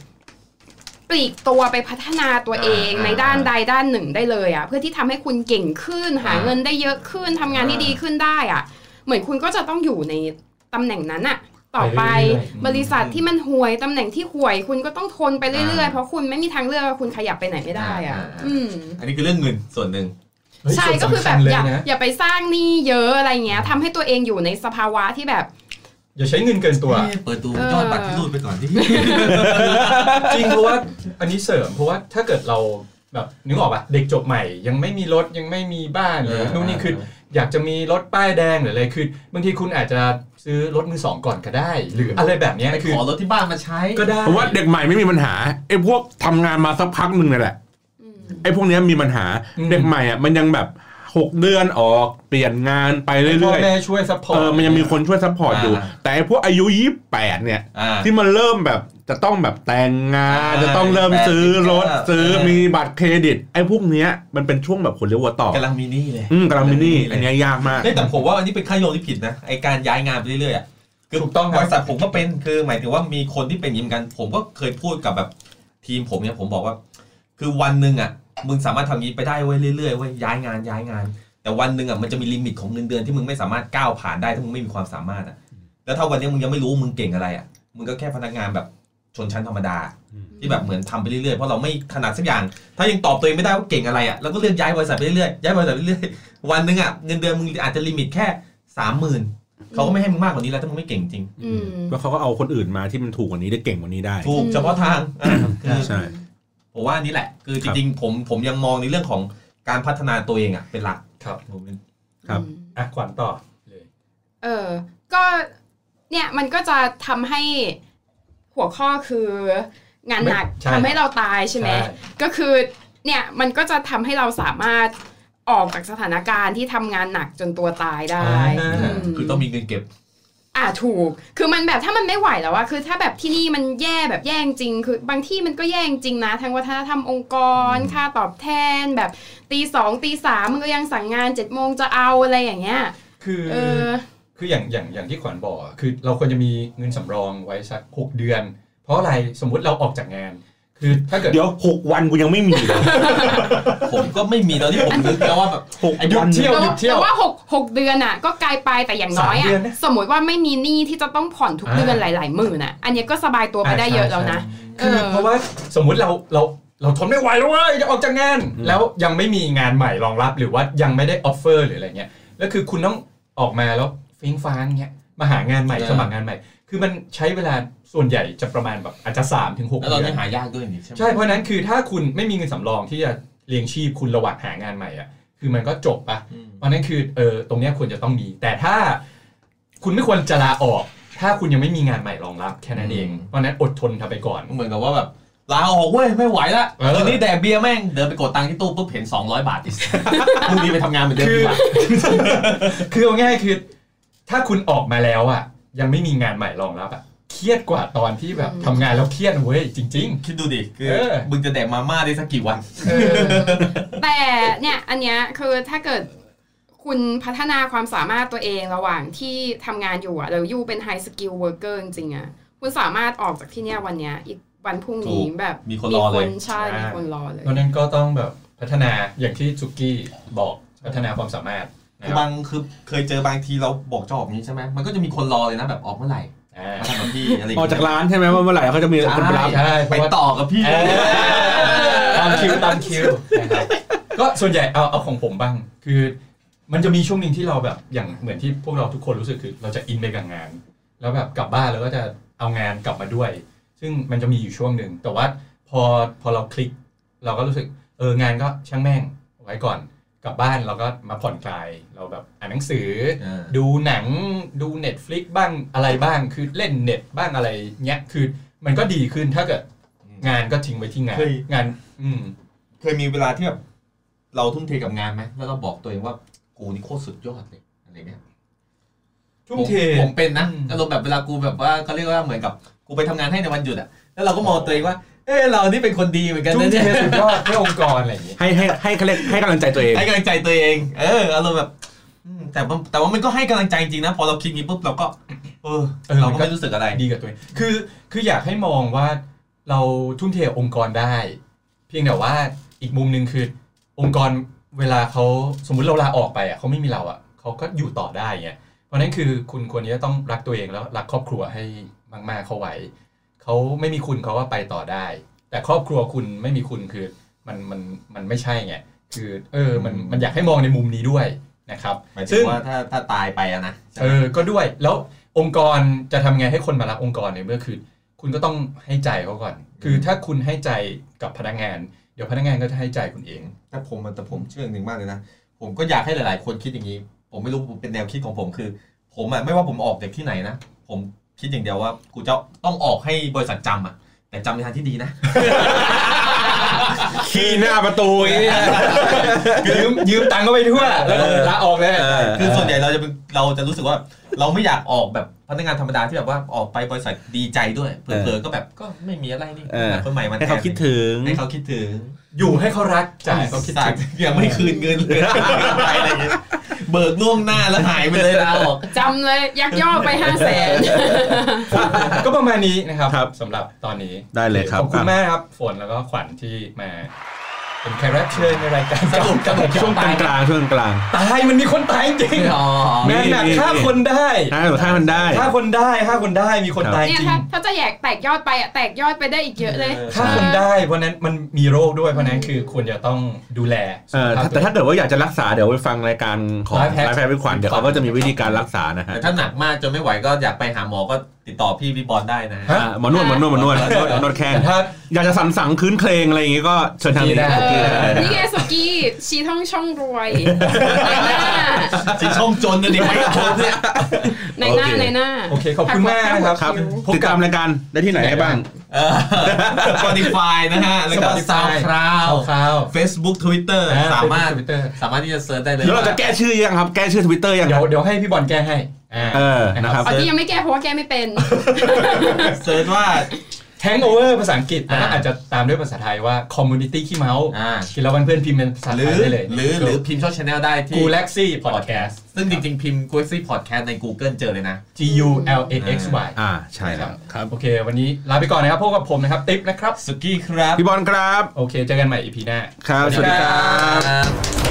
ปลีกตัวไปพัฒนาตัวเองในด้านใดด้านหนึ่งได้เลยอ่ะ เพื่อที่ทำให้คุณเก่งขึ้น หาเงินได้เยอะขึ้นทำงานที่ดีขึ้นได้อ่ะ เหมือนคุณก็จะต้องอยู่ในตำแหน่งนั้นอ่ะ ต่อไปบริษัทที่มันห่วยตำแหน่งที่ห่วย คุณก็ต้องทนไปเรื่อยๆ เพราะคุณไม่มีทางเลือกคุณขยับไปไหนไม่ได้อ่ะ อืม อันนี้คือเรื่องเงินส่วนหนึ่ง ใช่ก็คือแบบอย่าอย่าไปสร้างหนี้เยอะอะไรเงี้ยทำให้ตัวเองอยู่ในสภาวะที่แบบ อย่าใช้เงินเกินตัว เอ๊ะเปิดดูยอดบัตรที่รูดไปก่อนที่ จริงเพราะว่าอันนี้เสริมเพราะว่าถ้าเกิดเราแบบนึกออกปะเด็กจบใหม่ ยังไม่มีรถยังไม่มีบ้านหรือ เออ นู่นนี่คือ เออ อยากจะมีรถป้ายแดงหรืออะไรคือบางทีคุณอาจจะซื้อรถมือสองก่อนก็ได้ หรืออะไรแบบเนี้ยคือ ขอรถที่บ้านมาใช้ ก็ได้ ผมว่าเด็กใหม่ไม่มีปัญหาไอ้พวกทำงานมาสักพักหนึ่งนั่นแหละ อืม ไอ้พวกเนี้ยมีปัญหาเด็กใหม่อ่ะมันยังแบบหกเดือนออกเปลี่ยนงานไปเรื่ พ่อ อย แม่ช่วยซัพพ ๆ อร์ต เออมันยังมีคนช่วยซัพพอร์ตอยู่ อ่า แต่ไอ้พวกอายุยี่แปดเนี่ย อ่า ที่มันเริ่มแบบจะต้องแบบแต่งงาน อ่า จะต้องเริ่ม แปด ซื้อ สิบเก้าร ถซื้อ เออ มีบัตรเครดิต ไอ้พวกเนี้ยมันเป็นช่วงแบบคนเรียกว่าต่อก ำลังมีหนี่เลย อืมกำลังมินี่อันเนี้ยยากมาก เอ้ยแต่ผมว่าอันนี้เป็นค่านิยมที่ผิดนะไอการย้ายงานไปเรื่อยๆอะคือ ถูกต้องค บ รับ ริษัทผมก็เป็นคือหมายถึงว่ามีคนที่เป็นอยิมอนกัน ผมก็เคยพูดกับแบบทีมผมเนี่ยผมบอกว่า คือวันหนึ่งอ่ะมึงสามารถทำอย่างนี้ไปได้เว้ยเรื่อยๆเว้ยย้ายงานย้ายงาน แต่วันหนึ่งอ่ะมันจะมีลิมิตของเงินเดือนที่มึงไม่สามารถก้าวผ่านได้ถ้ามึงไม่มีความสามารถอ่ะแล้วถ้าวันนี้มึงยังไม่รู้มึงเก่งอะไรอ่ะมึงก็แค่พนักงานแบบชนชั้นธรรมดา ที่แบบเหมือนทำไปเรื่อยๆ เพราะเราไม่ถนัดสักอย่าง ถ้ายังตอบตัวเองไม่ได้ว่าเก่งอะไรอ่ะ เราก็เลือกย้ายบริษัทไปเรื่อยๆ ย้ายบริษัทไปเรื่อยๆ วันหนึงอ่ะเงินเดือนมึงอาจจะลิมิตแค่สามหมื่นเขาก็ไม่ให้มึงมากกว่านี้แล้วถ้ามึงไม่เก่งจริง อืม แล้วเขาก็เอาคนอื่นมาที่มันถูกกว่านี้ได้เก่งกว่านี้ได้ ถูก อืม เฉพาะทางอ่ะคือ ใช่ ผมว่าอันนี่แหละ คือจริงๆ ผมผมยังมองในเรื่องของการพัฒนาตัวเองอ่ะเป็นหลัก ครับ ผมเป็น ครับ อืม อ่ะขวัญต่อเลย เออ ก็เนี่ยมันก็จะทำให้หัวข้อคืองานหนักทำให้เราตายใช่ไหม ก็คือเนี่ยมันก็จะทำให้เราสามารถออกจากสถานการณ์ที่ทำงานหนักจนตัวตายได้ อ่า ม คือต้องมีเงินเก็บ อ่าถูก คือมันแบบถ้ามันไม่ไหวแล้วอะคือถ้าแบบที่นี่มันแย่แบบแย่จริง คือบางที่มันก็แย่จริงนะ ทั้งวัฒนธรรมองค์กร ค่าตอบแทนแบบตีสองตีสามมันก็ยังสั่งงานเจ็ดโมงจะเอาอะไรอย่างเงี้ย คือ เออ คืออย่างอย่างอย่างที่ขวัญบอกอะคือเราควรจะมีเงินสำรองไว้สักหกเดือน เพราะอะไรสมมุติเราออกจากงาน คือถ้าเกิด เดี๋ยวหกวันกูยังไม่มีเลย ผมก็ไม่มีตอนที่ผมนึกแล้วว่าแบบ หก ไอ้ยุค วัน เที่ยวหยุดเที่ยว แต่ว่าหกหกเดือนอ่ะ ก็ไกลไปแต่อย่างน้อย สาม อ่ะ เดือนนะ สมมติว่าไม่มีหนี้ที่จะต้องผ่อนทุก อ่า เดือนหลาย ๆ หมื่นอ่ะ อันเนี้ยก็สบายตัวไป อ่า ได้ ใช่ เยอะแล้ว ใช่ นะเอ คือ อ เพราะว่าสมมุติเราเราเราทนไม่ไหวแล้วเว้ยจะออกจากงาน แล้วยังไม่มีงานใหม่รองรับหรือว่ายังไม่ได้ออฟเฟอร์หรืออะไรเงี้ยแล้วคือคุณต้องออกมาแล้วฟิ้งฟ้างเงี้ยมาหางานใหม่ เออ สมัครงานใหม่ คือมันใช้เวลาส่วนใหญ่จะประมาณแบบอาจจะสามถึงหก แล้วตอน เดือ นี้ น หายากด้วยนี่ใช่ไหม ใช่เพราะฉะนั้นคือถ้าคุณไม่มีเงินสำรองที่จะเลี้ยงชีพคุณระหว่างหางานใหม่อ่ะคือมันก็จบปะ อืม เพราะฉะนั้นคือเออตรงเนี้ยควรจะต้องมี แต่ถ้าคุณไม่ควรจะลาออก ถ้าคุณยังไม่มีงานใหม่รองรับแค่นั้นเองเพราะฉะนั้นอดทนทำไปก่อน เหมือนกับว่าแบบลาออกเว้ยไม่ไหวละ เออ คืนนี้แดกเบียร์แม่งเดินไปกดตังค์ที่ตู้ปุ๊บเห็น200 บาทอีก พรุ่งนี้ไปทำงานเหมือนเดิมดีกว่า คือเอาง่ายๆคือ ถ้าคุณออกมาแล้วอ่ะ ยังไม่มีงานใหม่รองรับอ่ะเครียดกว่าตอนที่แบบทำงานแล้วเครียดเว้ยจริง คิดดูดิคือ เออ มึงจะแดกมาม่าได้สักกี่วัน ๆเออ แต่เนี่ยอันเนี้ยคือถ้าเกิดคุณพัฒนาความสามารถตัวเองระหว่างที่ทำงานอยู่อ่ะแล้วอยู่เป็นไฮสกิลเว o ร์ r เกอร์จริงๆอ่ะคุณสามารถออกจากที่เนี่ยวันเนี้ยอีกวันพรุ่งนี้ ถูก แบบ มีคนรอเลย ใช่มีคนรอเลย เพราะฉะนั้นก็ต้องแบบพัฒนาอย่างที่ซุกี้บอกพัฒนาความสามารถนะคคือรับ บางคือเคยเจอบางทีเราบอกจะออกนี้ใช่ไหมมันก็จะมีคนรอเลยนะแบบออกเมื่อไหร่ อ่า มาทำกับพี่อะไรอย่ง ออก เงี้ย จากร้านใช่ไหมว่าเมื่อไหร่เขาจะมีคนไปรับ ใช่ ใช่เพ ไป ราะว่า ต่อกับพี่ เออ ตามคิวตามคิวนะครับก็ส่วนใหญ่เอาเอาของผมบ้าง คือ มันจะมีช่วงหนึ่งที่เราแบบอย่างเหมือนที่พวกเราทุกคนรู้สึกคือเราจะอินไปกับงาน แล้วแบบกลับบ้านแล้วก็จะเอางานกลับมาด้วย ซึ่งมันจะมีอยู่ช่วงหนึ่งแต่ว่าพอพอเราคลิก เราก็รู้สึกเอองานก็ช่างแม่งเอาไว้ก่อนกลับบ้านเราก็มาผ่อนคลายเราแบบอ่านหนังสือ เออ ดูหนังดู Netflix บ้างอะไรบ้างคือเล่นเน็ตบ้างอะไรเงี้ยคือมันก็ดีขึ้นถ้าเกิด งานก็ทิ้งไว้ที่งาน เฮ้ย งาน อืม เคยมีเวลาที่แบบเราทุ่มเทกับงานไหมแล้วเราบอกตัวเองว่ากูนี่โคตรสุดยอดเลยอะไรเงี้ยผมผมเป็นนะ อืม อารมณ์แบบเวลากูแบบว่าเขาเรียกว่าเหมือนกับกูไปทำงานให้ในวันหยุดอ่ะ แล้วเราก็มองตัวเองว่า เออเรานี่เป็นคนดีเหมือนกัน จุ้ นะ งเท เนี่ย สุดยอดให้องค์กรอะไรอย่างเงี้ย ให้ให้ให้เขาเรียกให้กำลังใจตัวเอง ให้กำลังใจตัวเอง เอออารมณ์แบบอืมแต่ว่าแต่ว่ามันก็ให้กำลังใจจริงนะ พอเราคิดงี้ปุ๊บเราก็ เออ เราก็ไม่รู้สึกอะไร ดีกับตัวเองคือคืออยากให้มองว่าเราทุ่มเทองค์กรได้ เพียงแต่ว่าอีกมุมหนึ่งคือองค์กรเวลาเขาสมมุติเราลาออกไปอ่ะเขาไม่มีเราอ่ะเขาก็อยู่ต่อได้ไงเพราะฉะนั้นคือคุณควรที่จะต้องรักตัวเองแล้วรักครอบครัวให้มากๆเขาไว้เขาไม่มีคุณเขาก็ไปต่อได้ แต่ครอบครัวคุณไม่มีคุณคือมันมันมันไม่ใช่ไงคือเออมันมันอยากให้มองในมุมนี้ด้วยนะครับ หมายถึงว่าถ้าถ้าตายไปอะนะ เออ ก็ด้วย แล้วองค์กรจะทำไงให้คนมารักองค์กรในเมื่อคือ คุณก็ต้องให้ใจเขาก่อน คือถ้าคุณให้ใจกับพนักงาน เดี๋ยวพนักงานก็จะให้ใจคุณเอง แต่ผมมันแต่ผมเชื่ออย่างหนึ่งมากเลยนะ ผมก็อยากให้หลาย ๆ คนคิดอย่างนี้ ผมไม่รู้ผมเป็นแนวคิดของผมคือ ผมอะไม่ว่าผมออกจากที่ไหนนะ ผมคิดอย่างเดียวว่ากูจะต้องออกให้บริษัทจำอะแต่จำในทางที่ดีนะ ขี้หน้าประตูอย่างเงี้ย ยืมยืมตังค์ก็ไปทั่ว แล้วก็ลาออกเลย คือส่วนใหญ่เราจะเป็นเราจะรู้สึกว่า เราไม่อยากออกแบบพนักงานธรรมดาที่แบบว่าออกไปบริษัทดีใจด้วยเผ เออ ลอๆก็แบบก็ไม่มีอะไรนี่ เออ คนใหม่มัน ให้เขาคิดถึง ให้เขาคิดถึง อยู่ให้เขารักจ่ายเขาคิดถึง ยังไม่คืนเงิน เลยไปอะไรอย่างเงี้ยเบิกล่วงหน้าแล้วหายไปเลยลาออก จำเลยยักยอกไปห้าแสน ก็ประมาณนี้นะครับ ครับ สำหรับตอนนี้ ได้เลยครับ ขอบคุณมากครับ ฝนแล้วก็ขวัญที่มา เป็นแขกรับเชิญในรายการสรุปสรุป ช่วงกลางๆช่วงกลาง ตายมันมีคนตายจริง อ๋อ แม่หนักฆ่าคนได้ ๆนะถ้ามันได้ ถ้าคนได้ถ้าคนได้มีคนตายจเนี่ย ริง ถ้าถ้าจะแยกแตกยอดไปอะแตกยอดไปได้อีกเยอะเลย ถ้าคนได้เพราะนั้นมันมีโรคด้วยเพราะนั้นคือควรจะต้องดูแล เออ สุขภพ แต่แต่ถ้าเกิดว่าอยากจะรักษาเดี๋ยวไปฟังรายการของ Life Hack ไลฟ์แพทย์เป็นขวัญเดี๋ยวเขาก็จะมีวิธีการรักษานะฮะ แต่ถ้าหนักมากจนไม่ไหวก็อยากไปหาหมอก็ติดต่อพี่วิบอลได้นะ ฮะ อ่ะหมอนวดหมอนวดหมอนวดนวดนวดแข้ง แต่ถ้า อยากจะสันสังคืนเคลงอะไรอย่างงี้ก็เชิญทางนี้ ได้ โอเค เออ นี่ไงสุกี้ชีท่องช่องรวย สิช่องจนนะดิไม่จนเนี่ย ในหน้าในหน้า โอเคขอบคุณมากนะครับ ครับติดตามรายการได้ที่ไหนได้บ้าง สปอติฟายนะฮะ แล้วก็ซาว Spotify คลาว เอาคราว เฟซบุ๊กทวิตเตอร์ อ่า สามารถ Facebook Twitter สามารถที่จะเซิร์ชได้เลย เดี๋ยวเราจะแก้ชื่อยังครับ แก้ชื่อทวิตเตอร์ยังค เดี๋ย รั ว บ เดี๋ยวให้พี่บอลแก้ให้อ่า เออนะครับ เอาที่ยังไม่แก้เพราะว่าแก้ไม่เป็น เซิร์ชว่า แทงโอเวอร์ภาษาอังกฤษแล้วก็ อ่า อาจจะตามด้วยภาษาไทยว่า community ขี้เมาส์ อ่า กินแล้ววันเพื่อนพิมพ์เป็นภาษา ห ไท รื ย อ ได้เลย หรือหรือพิมพ์ช่องชาแนลได้ที่ กูแล็กซี่พอดแคสต์ ซึ่งจริงๆ พิมพ์ g u e x y Podcast ใน Google เจอเลยนะ G U L A X Y อ่าใช่แล้วครับ โอเค วันนี้ลาไปก่อนนะครับพบกับผมนะครับติ๊บนะครับ สุกี้ครับ พี่บอลครับ โอเคเจอกันใหม่ EP หน้า ครับ สวัสดีครับ บ